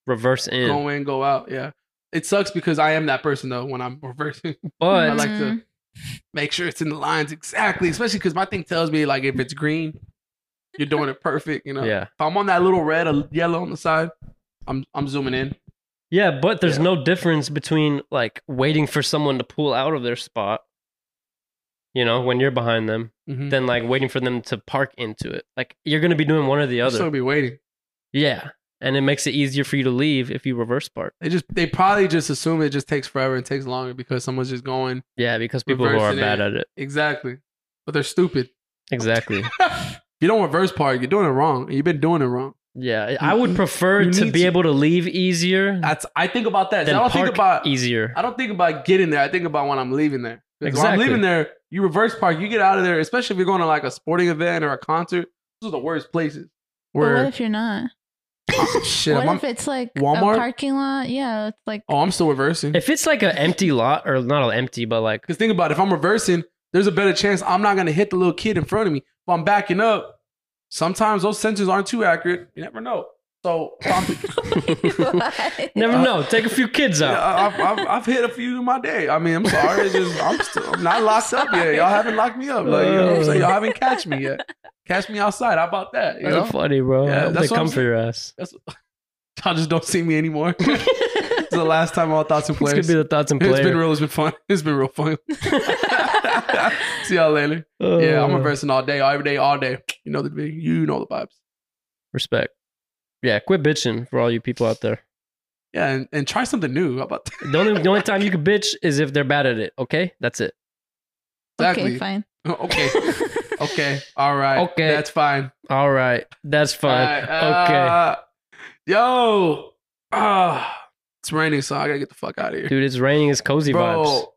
S2: reverse in.
S1: Go in, go out. Yeah, it sucks because I am that person though. When I'm reversing,
S3: Hmm.
S1: I
S2: but
S1: like to make sure it's in the lines exactly, especially because my thing tells me like if it's green, you're doing it perfect. You know,
S2: yeah,
S1: If I'm on that little red or yellow on the side, I'm I'm zooming in.
S2: yeah, but there's
S1: Yeah.
S2: no difference between like waiting for someone to pull out of their spot. You know, when you're behind them,
S1: Mm-hmm.
S2: than like waiting for them to park into it. Like you're gonna be doing one or the
S1: They'll
S2: other.
S1: still be waiting.
S2: yeah, and it makes it easier for you to leave if you reverse park.
S1: They just they probably just assume it just takes forever and takes longer because someone's just going
S2: Yeah, because people who are
S1: Reversing
S2: bad
S1: it.
S2: at it.
S1: exactly, but they're stupid.
S2: Exactly.
S1: if you don't reverse park, you're doing it wrong, and you've been doing it wrong.
S2: Yeah, I would prefer
S1: you
S2: to
S1: need
S2: be
S1: to-
S2: able to leave easier
S1: That's I think about that.
S2: than
S1: I don't
S2: Mm. park
S1: think about
S2: easier.
S1: I don't think about getting there. I think about when I'm leaving there. 'Cause When I'm
S2: Exactly.
S1: leaving there, you reverse park, you get out of there, especially if you're going to like a sporting event or a concert. Those are the worst places.
S3: But what
S1: Where oh,
S3: if you're not?
S1: shit,
S3: what
S1: I'm,
S3: if it's like
S1: Walmart?
S3: a parking lot? Yeah, it's like
S1: oh, I'm still reversing.
S2: If it's like an empty lot, or not an empty, but like
S1: Because think about it, if I'm reversing, there's a better chance I'm not gonna hit the little kid in front of me. If I'm backing up, sometimes those sensors aren't too accurate. You never know. So I'm,
S3: What?
S2: Never
S1: Uh,
S2: know. Take a few kids
S1: yeah, uh,
S2: out.
S1: I- I've, I've, I've hit a few in my day. I mean, I'm sorry. It's just I'm still I'm not locked up yet. Y'all haven't locked me up. Like you know what I'm saying? Y'all haven't catch me yet. Catch me outside. How about that? You
S2: That's
S1: know?
S2: funny, bro.
S1: Yeah,
S2: I hope
S1: that's
S2: they
S1: what I'm
S2: come for
S1: saying.
S2: your ass.
S1: Y'all just don't see me anymore. it's the last time all thoughts and
S2: It's gonna
S1: players.
S2: be the thoughts and
S1: It's
S2: players.
S1: been real. It's been fun. It's been real fun. see y'all later. Yeah,
S2: Uh.
S1: I'm a person all day, all every day, all day. You know the you know the vibes.
S2: respect. Yeah, quit bitching for all you people out there.
S1: Yeah, and, and try something new. How about that?
S2: The only the only time you can bitch is if they're bad at it. Okay, that's it.
S3: Okay, fine.
S1: Okay. Okay. All right.
S2: Okay.
S1: That's fine.
S2: All right, that's fine.
S1: All right. Uh, Yo. Ah, it's raining, so I gotta get the fuck out of here.
S2: Dude, it's raining. It's cozy vibes.
S1: Bro,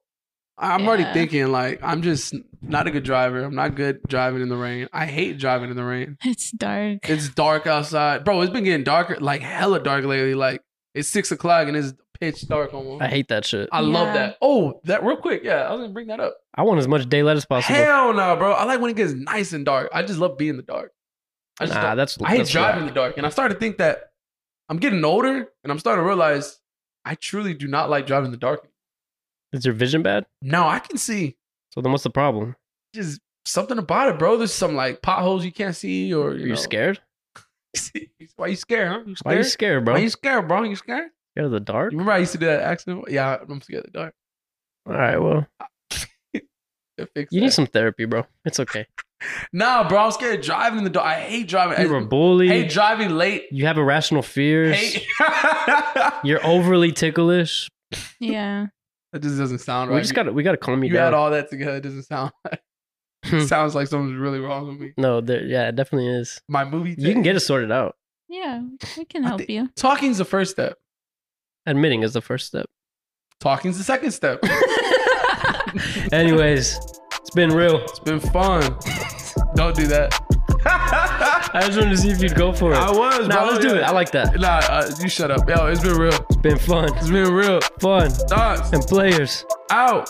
S1: I'm already
S3: Yeah.
S1: thinking like I'm just not a good driver. I'm not good driving in the rain. I hate driving in the rain.
S3: It's dark.
S1: It's dark outside, bro. It's been getting darker, like hella dark lately. Like it's six o'clock and it's pitch dark almost.
S2: I hate that shit.
S1: I love
S3: Yeah.
S1: that. Oh, that real quick. Yeah, I was gonna bring that up.
S2: I want as much daylight as possible.
S1: Hell no, bro. I like when it gets nice and dark. I just love being in the dark. I just
S2: nah,
S1: don't-
S2: that's
S1: I hate
S2: that's
S1: driving in
S2: whack.
S1: the dark. And I started to think that I'm getting older and I'm starting to realize I truly do not like driving in the dark.
S2: Is your vision bad?
S1: No, I can see
S2: So then what's the problem?
S1: just something about it, bro. There's some like potholes you can't see or
S2: Are
S1: you
S2: you
S1: know.
S2: scared?
S1: Why you scared, huh? You
S2: Why are you
S1: scared?
S2: scared, bro?
S1: Why you scared, bro? You scared?
S2: scared of the dark?
S1: You remember I used to do that accident? Yeah, I'm scared of the dark.
S2: All right, well,
S1: It fixed
S2: you
S1: that.
S2: need some therapy, bro. It's okay.
S1: Nah, bro, I'm scared of driving in the dark. I hate driving.
S2: You were
S1: I
S2: bullied.
S1: hate driving late.
S2: you have irrational fears.
S1: Hate.
S2: You're overly ticklish.
S3: yeah.
S1: That just doesn't sound right.
S2: We just gotta we gotta calm you,
S1: you add
S2: down.
S1: all that together, it doesn't sound right. It sounds like something's really wrong with me.
S2: no, there, yeah, it definitely is.
S1: My movie.
S2: You can get it sorted out.
S3: Yeah. We can
S1: I
S3: help
S1: think-
S3: you.
S1: Talking's the first step.
S2: Admitting is the first step.
S1: Talking's the second step.
S2: Anyways, it's been real.
S1: It's been fun. Don't do that.
S2: I just wanted to see if you'd go for it.
S1: I was,
S2: Nah,
S1: bro.
S2: let's do it. I like that.
S1: Nah, uh, you shut up. Yo, it's been real.
S2: It's been fun,
S1: It's been real.
S2: fun,
S1: Thoughts
S2: and players.
S1: out.